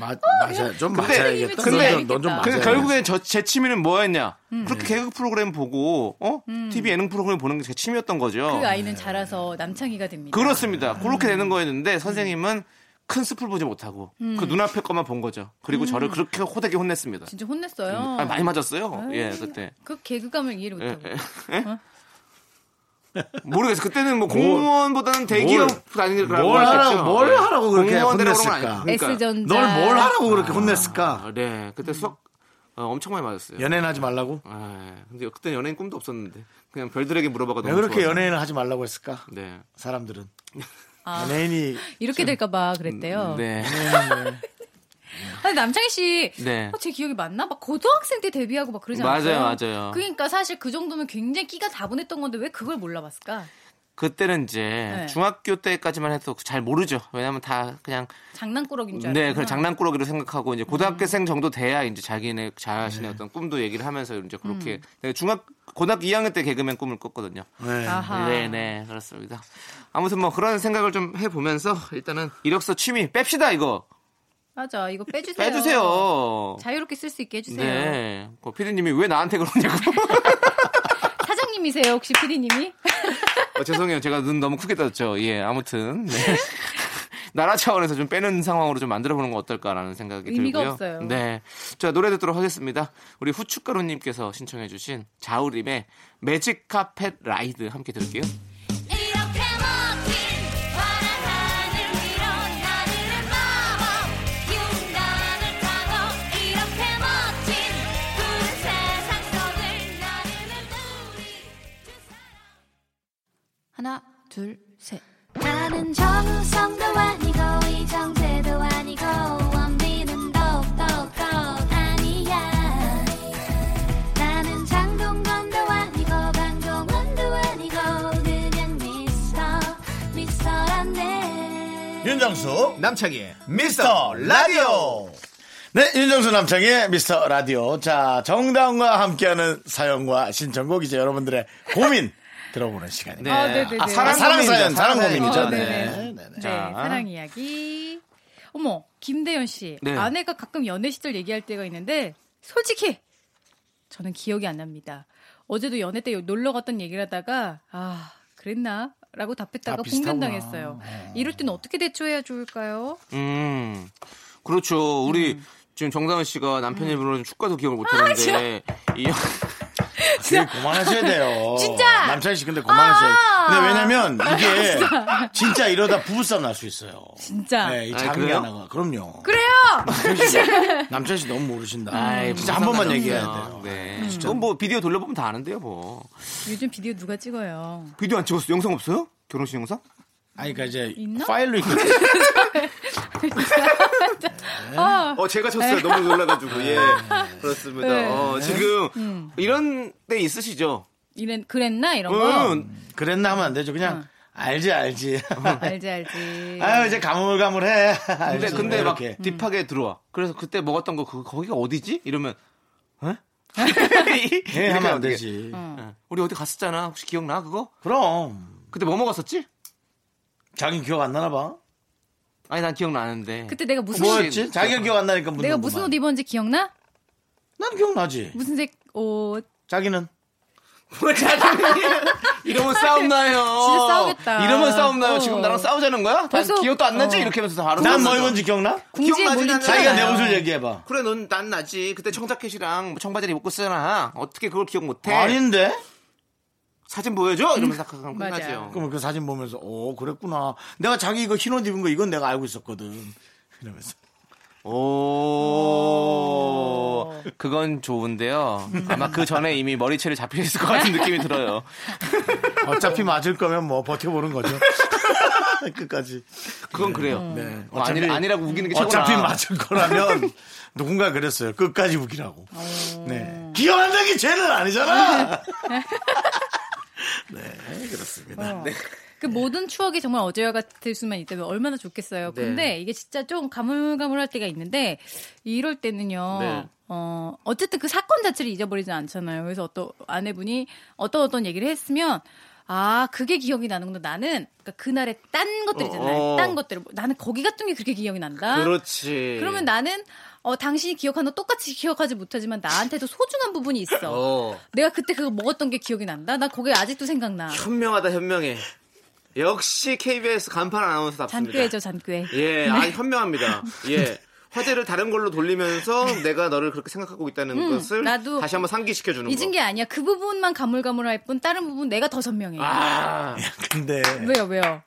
A: 맞, 맞아야, 좀
B: 근데-
A: 맞아야겠다.
B: 근데-
A: 넌좀 맞아야.
B: 근데 결국엔 저, 제 취미는 뭐였냐?
E: 음.
B: 그렇게
A: 네.
B: 개그 프로그램 보고 어 TV 예능 프로그램 보는 게 제 취미였던 거죠.
E: 그 아이는 자라서 남창이가 됩니다.
B: 네. 그렇습니다.
A: 음.
B: 그렇게 되는 거였는데 선생님은 큰 숲을 보지 못하고
A: 음.
B: 그 눈앞에 것만 본 거죠. 그리고 저를 그렇게 호되게 혼냈습니다.
E: 진짜 혼냈어요.
B: 아, 많이 맞았어요. 예 그때.
E: 그 개그감을 이해를
B: 예,
E: 못하고.
B: 예. 예? 모르겠어요. 그때는 뭐 공무원보다는 대기업 다니느라고
A: 뭘 하라고, 뭘 하라고 그렇게
B: 예. 공무원들하고는
A: 혼냈을까?
B: 아니- 그러니까
E: S전자.
A: 널 뭘 하라고 그렇게 혼냈을까?
B: 아, 네, 그때 수학 어, 엄청 많이 맞았어요.
A: 연예인 하지 말라고?
B: 아, 근데 그때 연예인 꿈도 없었는데 그냥 별들에게 물어봐가
A: 왜
B: 너무
A: 그렇게
B: 좋아서.
A: 연예인을 하지 말라고 했을까?
B: 네.
A: 사람들은.
E: 아.
A: 연예인이
E: 이렇게 될까봐
A: 어.
E: 그랬대요.
B: 네.
E: 아니, 남창희 씨.
B: 네.
E: 어, 제 기억이 맞나? 막 고등학생 때 데뷔하고 막 그러지 않았어요?
B: 맞아요, 맞아요.
E: 그러니까 사실 그 정도면 굉장히 끼가 다분했던 건데 왜 그걸 몰라봤을까?
B: 그때는 이제
E: 네.
B: 중학교 때까지만 해도 잘 모르죠. 왜냐면 다 그냥
E: 장난꾸러기인 줄 알았어요.
B: 네, 그 장난꾸러기로 생각하고 이제 고등학교생 정도 돼야 이제 음. 자기네 음. 자신의 어떤 꿈도 얘기를 하면서 이제 그렇게 내가 중학 고등학교 2학년 때 개그맨 꿈을 꿨거든요.
A: 네.
E: 아하.
B: 네, 네, 그렇습니다. 아무튼 뭐 그런 생각을 좀 해보면서 일단은 이력서 취미 뺍시다 이거
E: 맞아. 이거 빼주세요.
B: 빼주세요.
E: 자유롭게 쓸 수 있게 해주세요.
B: 네, 그 피디님이 왜 나한테 그러냐고. (laughs)
E: 사장님이세요, 혹시 피디님이? (laughs)
B: 어, 죄송해요. 제가 눈 너무 크게 떴죠. 예, 아무튼. 네. (laughs) 나라 차원에서 좀 빼는 상황으로 좀 만들어보는 건 어떨까라는 생각이
E: 의미가
B: 들고요.
E: 없어요.
B: 네, 자 노래 듣도록 하겠습니다. 우리 후춧가루님께서 신청해주신 자우림의 매직 카펫 라이드 함께 들을게요.
C: 이렇게 멋진 파란 하늘 위로 나르는 마법 융단을 타고 이렇게 멋진 푸른 세상 속을 나르는 우리 두 사람
E: 하나, 둘, 셋.
C: 나는 정우성도 아니고 이정재도 아니고 원빈은 더욱더 아니야 나는 장동건도 아니고 강동원도 아니고 그냥 미스터 미스터란데
A: 윤정수 남창희의 미스터 라디오 네 윤정수 남창희의 미스터 (laughs) 라디오 자 정다운과 함께하는 사연과 신청곡 이제 여러분들의 고민 들어보는 시간입니다.
B: 네.
E: 아, 네네네.
B: 아, 사랑
A: 아, 사랑 사연,
B: 고민이죠.
A: 사랑 고민이죠.
E: 어,
A: 네.
E: 네네.
A: 네, 네.
E: 네,
B: 자.
E: 사랑 이야기. 어머, 김대현 씨.
B: 네.
E: 아내가 가끔 연애 시절 얘기할 때가 있는데 솔직히 저는 기억이 안 납니다. 어제도 연애 때 놀러 갔던 얘기를 하다가 아, 그랬나? 라고 답했다가
A: 아, 비슷하구나.
E: 공격당했어요. 이럴 때는 어떻게 대처해야 좋을까요?
B: 음. 그렇죠. 우리
E: 음.
B: 지금 정다은 씨가 남편이 부르는 축가도 기억을
E: 아,
B: 못 하는데 이
A: 되게 고만하셔야 돼요.
E: 진짜!
A: 남창희 씨 근데 고만하셔야 돼요.
E: 아!
A: 근데 왜냐면 (laughs) 이게 진짜 이러다 부부싸움 날 수 있어요.
E: 진짜.
A: 네, 이
B: 아,
A: 장미
B: 그래요?
A: 하나가. 그럼요.
E: 그래요!
A: (laughs) 남창희 씨 너무 모르신다.
B: 아이,
A: 진짜 한 번만
B: 부부싸움
A: 얘기해야 돼요.
B: 나잖아요. 네. 그건 뭐 비디오 돌려보면 다 아는데요, 뭐.
E: 요즘 비디오 누가 찍어요?
B: 비디오 안 찍었어? 영상 없어요? 결혼식 영상?
A: 아니, 그러니까 이제
E: 있나?
A: 파일로 있고. 네.
E: 아,
B: 어, 제가 쳤어요. 너무 놀라가지고. 예. 그렇습니다.
E: 네. 음.
B: 어, 지금 이런 데 있으시죠?
E: 이런 그랬나 이런
A: 어?
E: 거.
B: 음.
A: 그랬나 하면 안 되죠. 그냥 알지, 알지.
E: 알지 알지.
A: (laughs) 아유, 이제 가물가물해. (laughs) 알지. 뭐
B: 근데, 근데 막
A: 이렇게.
B: 딥하게
E: 음.
B: 들어와. 그래서 그때 먹었던 거, 그, 거기가 어디지? 이러면, 에?
A: (laughs) 예,
B: 이렇게
A: 하면 네, 안
B: 되게.
A: 되지.
B: 예. 우리 어디 갔었잖아. 혹시 기억나? 그거?
A: 그럼.
B: 그때 뭐 먹었었지?
A: 자기 기억 안 나나 봐.
B: 아니, 난 기억나는데.
E: 그때 내가 무슨 옷-
A: 뭐였지? 자기가 기억 안 나니까 묻는
E: 내가 무슨 옷 입었는지 기억나?
A: 난 기억나지.
E: 무슨 색 옷?
A: 자기는.
B: 뭐 짜증이. (laughs) 이러면 싸움 나요.
E: 진짜 싸우겠다.
B: 이러면 싸움 나요.
E: 어.
B: 지금 나랑 싸우자는 거야? 난
E: 벌써-
B: 기억도 안 나지?
E: 어.
B: 이렇게 하면서 바로.
A: 난
B: 싸우면서.
A: 뭐 입은지 기억나?
E: 공지에
B: 기억나진
E: 몰린
B: 않아요.
A: 자기가 내
B: 네.
A: 옷을 얘기해봐.
B: 그래, 넌, 난 나지. 그때 청자켓이랑 청바지를 입고 쓰잖아. 어떻게 그걸 기억 못해?
A: 아닌데?
B: 사진 보여줘? 이러면서 그럼
E: 맞아요.
B: 끝나죠.
A: 그러면 그 사진 보면서 오 그랬구나. 내가 자기 이거 흰 옷 입은 거 이건 내가 알고 있었거든. 이러면서
B: 오, 그건 좋은데요. 아마 그 전에 이미 머리채를 잡혀 있을 것 같은 느낌이 들어요.
A: 어차피 맞을 거면 뭐 버텨보는 거죠. (laughs) 끝까지.
B: 그건 그래요.
A: 네.
B: 뭐 아니, 아니라고 우기는 게 최고라.
A: 어차피 맞을 거라면 누군가 그랬어요. 끝까지 웃기라고.
E: 어.
A: 네. 기억한다는 게 죄는
E: (laughs)
A: 아니잖아. 네 그렇습니다.
E: 어. 그
B: 네.
E: 모든 추억이 정말 어제와 같을 수만 있다면 얼마나 좋겠어요.
B: 네.
E: 근데 이게 진짜 좀 가물가물할 때가 있는데 이럴 때는요.
B: 네.
E: 어 어쨌든 그 사건 자체를 잊어버리지 않잖아요. 그래서 어떤 아내분이 어떤 어떤 얘기를 했으면 아 그게 기억이 나는구나. 나는 그러니까 그날의 딴 것들이잖아요.
B: 어.
E: 딴 것들을 뭐 나는 거기 같은 게 그렇게 기억이 난다.
B: 그렇지.
E: 그러면 나는 어, 당신이 기억하는 거 똑같이 기억하지 못하지만 나한테도 소중한 부분이 있어.
B: 어,
E: 내가 그때 그거 먹었던 게 기억이 난다. 나 그게 아직도 생각나.
B: 현명하다, 현명해. 역시 KBS 간판 아나운서답습니다.
E: 잔꾀죠, 네. 잔꾀.
B: 예, 아니 현명합니다. 예. 화제를 다른 걸로 돌리면서 내가 너를 그렇게 생각하고 있다는 것을
E: 음, 나도
B: 다시 한번 상기시켜 주는 거.
E: 잊은 게 아니야. 그 부분만 가물가물할 뿐 다른 부분 내가 더 선명해.
B: 아,
A: 근데
E: 왜요, 왜요?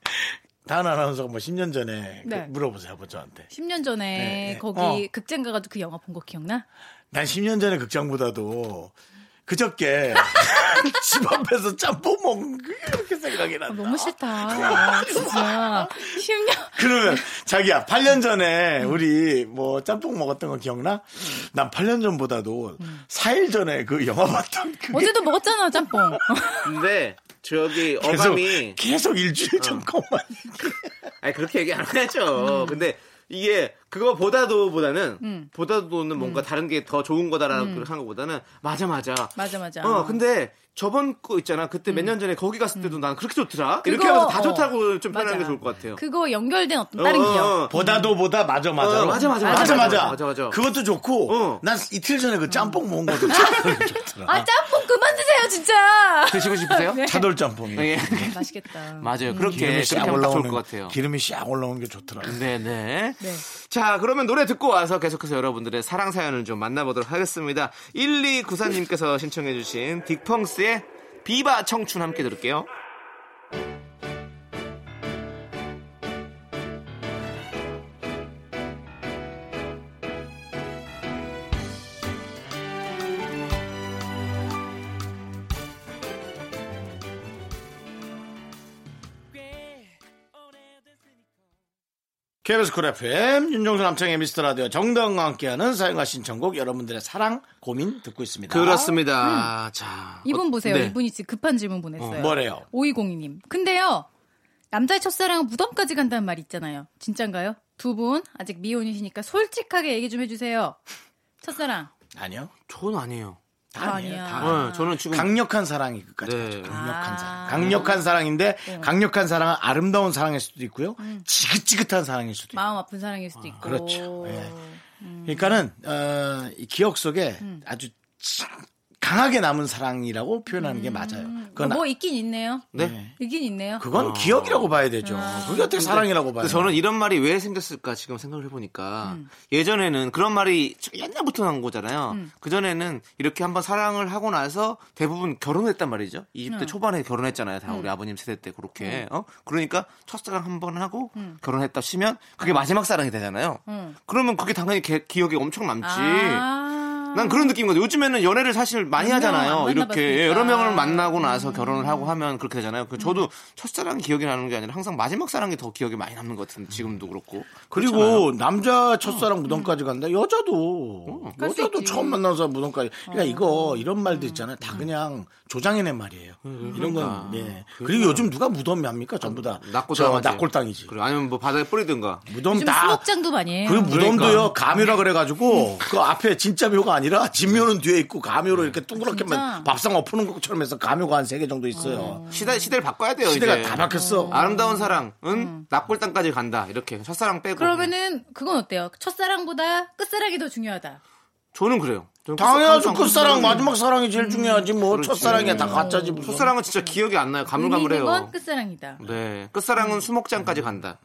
A: 다은 아나운서가 뭐 10년 전에 그
E: 네.
A: 물어보세요 아버지한테
E: 10년 전에
A: 네, 네.
E: 거기
A: 어.
E: 극장 가가지고 그 영화 본 거 기억나?
A: 난 10년 전에 극장보다도
E: (laughs)
A: 그저께 (laughs) 집 앞에서 짬뽕 먹은 게 이렇게 생각이
E: 아,
A: 난다.
E: 너무 싫다. 진짜. 10년.
A: 그러면 자기야 8년 전에 우리 뭐 짬뽕 먹었던 거 기억나? 난 8년 전보다도 4일 전에 그 영화 봤던 그게
E: 어제도 먹었잖아, 짬뽕. (laughs)
B: 근데 저기
A: 계속
B: 어감이
A: 계속 일주일 전것만
B: 아니 그렇게 얘기 안
E: 음.
B: 하죠. 근데 이게 그거보다도 보다는 보다도는 뭔가 다른 게 더 좋은 거다라고 한 거보다는 맞아 맞아.
E: 음. 맞아, 맞아.
B: 어 근데 저번 거 있잖아 그때 몇 년 전에 거기 갔을 때도 난 그렇게 좋더라 이렇게
E: 음. 그거,
B: 하면서 다
E: 어.
B: 좋다고 좀 표현하는 게
E: 맞아.
B: 좋을 것 같아요.
E: 그거 연결된 어떤 다른
B: 어, 어,
E: 기억.
B: 어.
A: 보다도 보다 맞아 맞아
B: 어, 맞아, 맞아,
A: 맞아
B: 맞아,
A: 맞아
B: 맞아, 맞아.
A: 그것도 좋고
B: 어.
A: 난 이틀 전에 그 짬뽕 먹은 것도
B: (laughs)
A: 참 (laughs) 좋더라
E: 아, 짬뽕 그만 드세요, 진짜. (laughs)
B: 드시고 싶으세요?
E: 네.
A: 차돌 짬뽕이
B: 예. (laughs)
E: 맛있겠다.
B: 맞아요. 그렇게
A: 기름이
B: 그렇게
A: 쫙
B: 하면 딱 좋을 것
A: 올라오는
B: 같아요.
A: 기름이 쫙 올라오는 게 좋더라.
B: 네네.
E: 네.
B: 자, 그러면 노래 듣고 와서 계속해서 여러분들의 사랑 사연을 좀 만나보도록 하겠습니다. 1294님께서 신청해주신 딕펑스의 비바 청춘 함께 들을게요.
A: KBS 쿨 FM 윤정수 남창의 미스터 라디오 정다은과 함께하는 사연과 신청곡 여러분들의 사랑 고민 듣고 있습니다.
B: 그렇습니다.
A: 음.
B: 자.
E: 이분
B: 어,
E: 보세요.
B: 네.
E: 이분이 지금 급한 질문 보냈어요.
A: 어, 뭐래요?
E: 5202님. 근데요, 남자의 첫사랑은 무덤까지 간다는 말 있잖아요. 진짠가요? 두 분, 아직 미혼이시니까 솔직하게 얘기 좀 해주세요. 첫사랑,
A: 아니요.
B: 저는 아니에요.
A: 다 아니에요. 다.
B: 어, 저는 지금
A: 강력한 사랑이 끝까지
B: 네.
A: 가죠. 강력한
E: 아.
A: 사랑. 강력한 사랑인데 강력한 사랑은 아름다운 사랑일 수도 있고요. 지긋지긋한 사랑일 수도 있고.
E: 마음 아픈 사랑일 수도 있고.
A: 그렇죠. 예. 그러니까는 어, 이 기억 속에 아주 진- 강하게 남은 사랑이라고 표현하는 게 맞아요. 그건
E: 뭐 있긴 있네요.
B: 네.
E: 있긴 있네요.
A: 그건 기억이라고 봐야 되죠. 그게 어떻게 사랑이라고 봐요? 음.
B: 근데 저는 이런 말이 왜 생겼을까 지금 생각을 해보니까 예전에는 그런 말이 옛날부터 난 거잖아요.
A: 음.
B: 그전에는 이렇게 한번 사랑을 하고 나서 대부분 결혼했단 말이죠.
A: 음.
B: 20대 초반에 결혼했잖아요. 다 우리 아버님 세대 때 그렇게. 어? 그러니까 첫사랑 한 번 하고
A: 음.
B: 결혼했다 치면 그게 마지막 사랑이 되잖아요. 그러면 그게 당연히 개- 기억에 엄청 남지.
E: 아.
B: 난 그런 느낌인 거죠. 요즘에는 연애를 사실 많이
E: 몇
B: 하잖아요.
E: 명안
B: 이렇게
E: 만나봤으니까. 음.
B: 예, 여러 명을 만나고 나서 결혼을 하고 하면 그렇게 되잖아요. 그 저도 첫사랑 기억이 나는 게 아니라 항상 마지막 사랑이 더 기억이 많이 남는 것 같은데 지금도 그렇고.
A: 그리고
B: 그렇잖아요.
A: 남자 첫사랑 무덤까지 간다.
B: 어,
A: 여자도
E: 갈수
A: 여자도
E: 있지.
A: 처음 만난 사람 무덤까지. 그러니까 이거 이런 말도 있잖아요. 다 그냥 조장해낸 말이에요.
B: 음, 그러니까.
A: 이런 건 예. 그리고 요즘 누가 무덤이 합니까? 전부 다 저,
B: 낙골당하지.
A: 낙골당이지.
B: 그래, 아니면 뭐 바다에 뿌리든가.
A: 무덤
E: 요즘
A: 다
E: 수목장도 많이 해요.
A: 그 무덤도요
B: 그러니까.
A: 가묘라 그래가지고 그 앞에 진짜 묘가 아니라 진묘는 뒤에 있고
B: 네.
A: 가묘로 이렇게 동그랗게만
E: 진짜?
A: 밥상 엎어놓은 것처럼 해서 가묘가 한 세 개 정도 있어요.
B: 시대 시대를 바꿔야 돼요.
A: 시대가
B: 이제.
A: 다 바뀌었어.
B: 아름다운 사랑은 낙골당까지 간다. 이렇게 첫사랑 빼고.
E: 음. 그러면은 그건 어때요? 첫사랑보다 끝사랑이 더 중요하다.
B: 저는 그래요. 저는
A: 당연하죠.
B: 항상
A: 끝사랑
B: 끝사랑은-
A: 마지막 사랑이 제일 중요하지 뭐
B: 그렇지.
A: 첫사랑이야 다 가짜지. 무슨.
B: 첫사랑은 진짜 기억이 안 나요.
E: 의미 있는
B: 가물가물해요.
E: 건 끝사랑이다.
B: 네. 끝사랑은
E: 음.
B: 수목장까지 간다.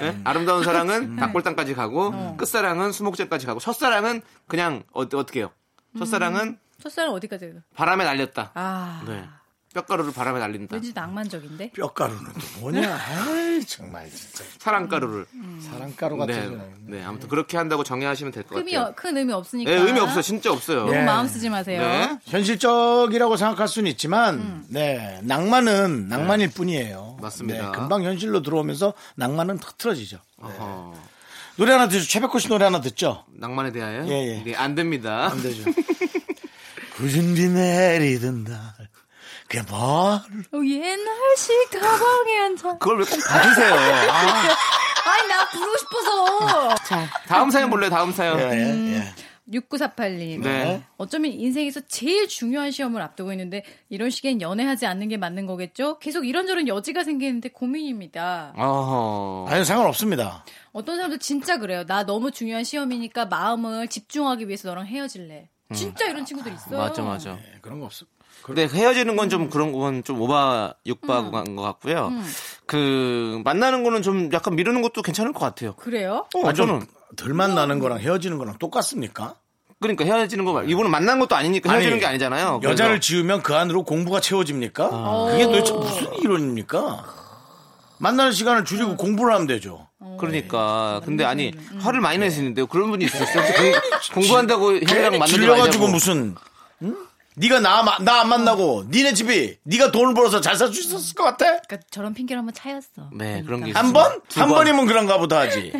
B: 네? 아름다운
E: 음.
B: 사랑은 닭골당까지 가고
E: 어.
B: 끝사랑은 수목장까지 가고 첫사랑은 그냥 어, 떻게 해요? 첫사랑은
E: 첫사랑 어디까지? 가요?
B: 바람에 날렸다.
E: 음. 아,
B: 네. 뼈가루를 바람에 날린다.
E: 왠지 낭만적인데.
A: 뼈가루는 또 뭐냐? 아이, 정말 진짜
B: 사랑가루를.
E: 음.
A: 사랑가루
B: 네.
A: 같은 거.
B: 네. 아무튼 그렇게 한다고 정의하시면 될 것
E: 의미
B: 같아요.
E: 어- 큰 의미 없으니까.
B: 네, 의미 없어요. 진짜 없어요.
E: 너무 마음 쓰지 마세요.
B: 네.
A: 현실적이라고 생각할 수는 있지만, 네 낭만은 낭만일 뿐이에요.
B: 맞습니다.
A: 네, 금방 현실로 들어오면서 낭만은 흐트러지죠.
B: 네. 어허.
A: 노래 하나 듣죠. 최백호 씨 노래 하나 듣죠.
B: 낭만에 대하여
A: 예, 예.
B: 네, 안 됩니다. (laughs)
A: 안 되죠. (laughs) 굳은 비 내리던 날. 그게 뭘?
E: 어, 옛날식 가방에 앉아.
B: 그걸 왜 꼭
A: (laughs)
B: 봐주세요. 아,
E: 아니, 나 부르고 싶어서.
B: 다음 사연 볼래요. 아, 다음 사연.
A: 예, 예.
E: 6948님.
B: 네.
E: 어쩌면 인생에서 제일 중요한 시험을 앞두고 있는데 이런 시기엔 연애하지 않는 게 맞는 거겠죠? 계속 이런저런 여지가 생기는데 고민입니다.
B: 어허.
A: 아니, 상관없습니다.
E: 어떤 사람들 진짜 그래요. 나 너무 중요한 시험이니까 마음을 집중하기 위해서 너랑 헤어질래. 진짜 이런 친구들 있어요.
B: 음. 맞아, 맞아.
A: 네, 그런 거 없어.
B: 근데 헤어지는 건 좀 그런 건 좀 오바 육박한
E: 음.
B: 것 같고요. 그 만나는 거는 좀 약간 미루는 것도 괜찮을 것 같아요.
E: 그래요?
B: 어, 저는
A: 덜 만나는 거랑 헤어지는 거랑 똑같습니까?
B: 그러니까 헤어지는 거 말. 이분은 만난 것도 아니니까 헤어지는
A: 아니,
B: 게 아니잖아요. 아.
A: 여자를 지우면 그 안으로 공부가 채워집니까? 그게 도대체 무슨 이론입니까? 만나는 시간을 줄이고 공부를 하면 되죠.
B: 그래서
E: 어,
B: 그러니까
E: 네.
B: 근데 아니
E: 음,
B: 화를 많이
A: 네.
B: 내시는데요. 그런 분이 있었어요. 혹시
A: (laughs)
B: 공- 공부한다고 형이랑 만나는
A: 질려가지고 무슨 응? 네가 나 나 안 만나고 니네 집이 네가 돈을 벌어서 잘 살 수 있었을 것 같아?
E: 그러니까 저런 핑계를 한번 차였어.
B: 네, 그런 게
E: 그러니까.
B: 있어요.
A: 한 번?
B: 두
A: 한
B: 번. 음.
A: 번이면 그런가 보다
B: (laughs)
A: 하지.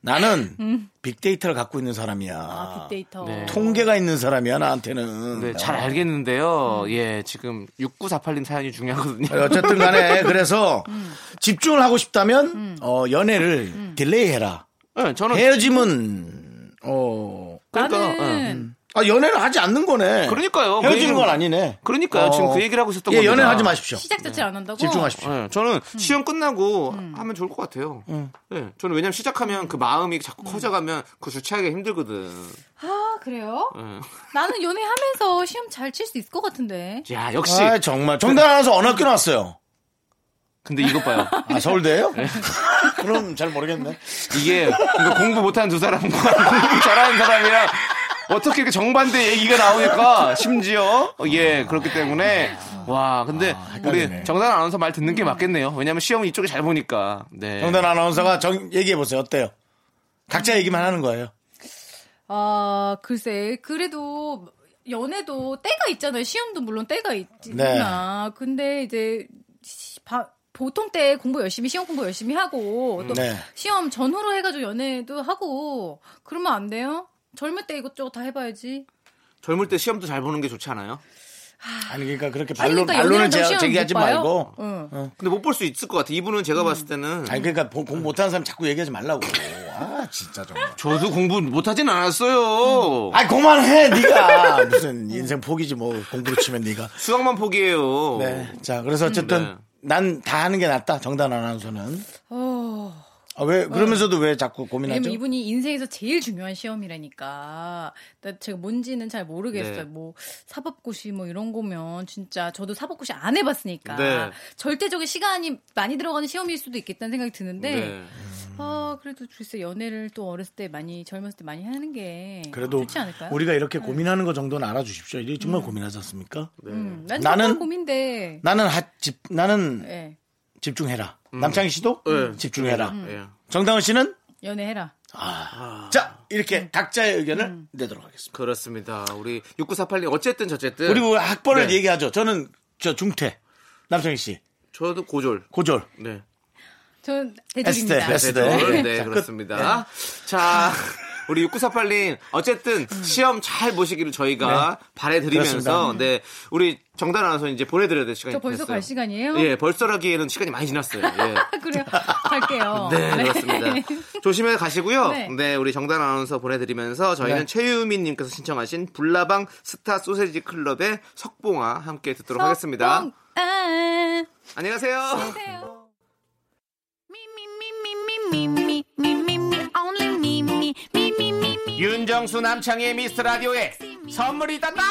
A: 나는 빅데이터를 갖고 있는 사람이야.
E: 아, 빅데이터.
B: 네.
A: 통계가 있는 사람이야 나한테는. 어.
B: 네, 잘 알겠는데요.
E: 음.
B: 예, 지금 6948님 사연이 중요하거든요.
A: 어쨌든
B: (laughs)
A: 간에 그래서
B: 음.
A: 집중을 하고 싶다면 어, 연애를 딜레이해라.
B: 네, 저는
A: 헤어짐은 어.
B: 그러니까,
E: 나는
A: 아 연애를 하지 않는 거네.
B: 그러니까요. 그
A: 헤어지는
B: 얘기는-
A: 건 아니네.
B: 그러니까요. 지금 그 얘기를 하고 있었던
A: 예,
B: 겁니다.
A: 연애하지 마십시오.
E: 시작 자체를 안 한다고?
A: 집중하십시오.
B: 예, 저는
A: 음.
B: 시험 끝나고 하면 좋을 것 같아요. 예, 저는 왜냐면 시작하면 그 마음이 자꾸 커져가면 그 주체하기 힘들거든.
E: 아, 그래요?
B: 예.
E: 나는 연애하면서 시험 잘 칠 수 있을 것 같은데.
B: 야 역시.
A: 아 정말 정답 하나서 어느 학교 나왔어요?
B: 근데 이것 봐요.
A: 아 서울대예요?
B: 네.
A: (laughs) 그럼 잘 모르겠네.
B: 이게 그러니까 공부 못하는 두 사람과 (laughs) 공부 잘하는 사람이랑 어떻게 이렇게 정반대 얘기가 나오니까 심지어 어, 예 그렇기 때문에 와 근데
A: 아, 헷갈리네.
B: 우리 정단 아나운서 말 듣는 게 맞겠네요. 왜냐면 시험 이쪽에 잘 보니까. 네.
A: 정단 아나운서가 정 얘기해 보세요. 어때요? 각자 얘기만 하는 거예요.
E: 아, 글쎄. 그래도 연애도 때가 있잖아요. 시험도 물론 때가 있지만.
A: 네.
E: 근데 이제 시- 바- 보통 때 공부 열심히 시험 공부 열심히 하고 또
A: 네.
E: 시험 전후로 해가지고 연애도 하고 그러면 안 돼요? 젊을 때 이것저것 다 해봐야지.
B: 젊을 때 시험도 잘 보는 게 좋지 않아요?
A: 아니 그러니까 그렇게
E: 아니,
A: 반론
E: 그러니까
A: 반론을
E: 연애하면서
A: 제,
E: 시험
A: 제기하지
E: 못 봐요? 어.
A: 말고. 네.
E: 응.
B: 근데 못 볼 수 있을 것 같아. 이분은 제가 봤을 때는
A: 아니 그러니까 보- 공부 못하는 사람 자꾸 얘기하지 말라고. 아, 진짜 정말.
B: 저도 공부 못하진 않았어요.
A: 아, 그만해, 네가 무슨 인생 포기지 뭐 공부로 치면 네가.
B: 수학만 포기해요.
A: 네. 자, 그래서 어쨌든
B: 네.
A: 난 다 하는 게 낫다. 정단 아나운서는.
E: 어,
A: 아, 왜 그러면서도 왜 자꾸
E: 왜냐면
A: 고민하죠?
E: 이분이 인생에서 제일 중요한 시험이라니까. 나 제가 뭔지는 잘 모르겠어요.
B: 네.
E: 뭐 사법고시 뭐 이런 거면 진짜 저도 사법고시 안 해봤으니까
B: 네.
E: 절대적인 시간이 많이 들어가는 시험일 수도 있겠다는 생각이 드는데
B: 네.
E: 아 그래도 글쎄 연애를 또 어렸을 때 많이 젊었을 때 많이 하는 게
A: 그래도
E: 좋지 않을까요? 네.
A: 우리가 이렇게 고민하는 거 정도는 알아주십시오. 이게 정말 고민하지 않습니까?
E: 음, 난
A: 나는-
E: 나는 고민데.
A: 나는 하, 집, 나는
E: 예.
A: 집중해라. 남창희 씨도
B: 네.
A: 집중해라.
B: 예.
A: 정다은 씨는 아,
E: 연애해라.
A: 자 이렇게 각자의 의견을
E: 음.
A: 내도록 하겠습니다.
B: 그렇습니다. 우리 6948님 어쨌든 저쨌든
A: 그리고 학벌을
B: 네.
A: 얘기하죠. 저는 저 중퇴 남창희 씨
B: 저도 고졸.
A: 고졸
B: 네.
E: 전
A: 에스테
E: 대중입니다.
A: 에스테
B: 네,
A: 예. 자, 끝. 네.
B: 그렇습니다. 자, 우리 6948님, 어쨌든 시험 잘 보시기를 저희가 바래드리면서,
A: 음. 네. 그렇습니다.
B: 네, 우리 정단 아나운서 이제 보내드려야 될 시간이
E: 저 벌써
B: 됐어요.
E: 갈 시간이에요? 아,
B: 예, 벌써라기에는 시간이 많이 지났어요. 예.
E: 그래요. 갈게요.
B: (laughs) 네, 그렇습니다.
E: (laughs)
B: 조심해 가시고요.
E: 아, 네.
B: 네. 우리 정단 아나운서 보내드리면서 저희는
A: 네.
B: 최유민님께서 신청하신 불나방 스타 소세지 클럽의 석봉아 함께 듣도록 하겠습니다.
E: 어, 아,
B: 안녕히 가세요. 윤정수 남창의 미스터 라디오에 선물이 있단다.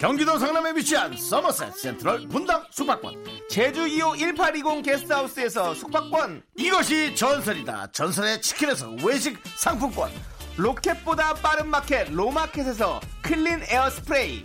A: 경기도 성남에 위치한 서머셋 센트럴 분당 숙박권
B: 제주 2호 1820 게스트하우스에서 숙박권.
A: 이것이 전설이다. 전설의 치킨에서 외식 상품권
B: 로켓보다 빠른 마켓 로마켓에서 클린 에어 스프레이.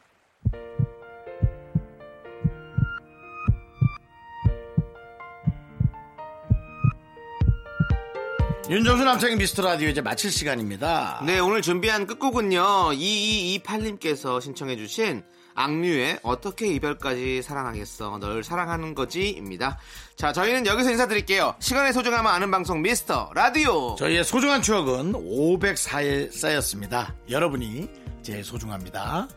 A: 윤정수 남창의 미스터 라디오 이제 마칠 시간입니다
B: 네, 오늘 준비한 끝곡은요. 2228님께서 신청해주신 악뮤의 어떻게 이별까지 사랑하겠어. 널 사랑하는 거지입니다. 자, 저희는 여기서 인사드릴게요. 시간의 소중함을 아는 방송 미스터 라디오.
A: 저희의 소중한 추억은 504일 쌓였습니다 여러분이 제일 소중합니다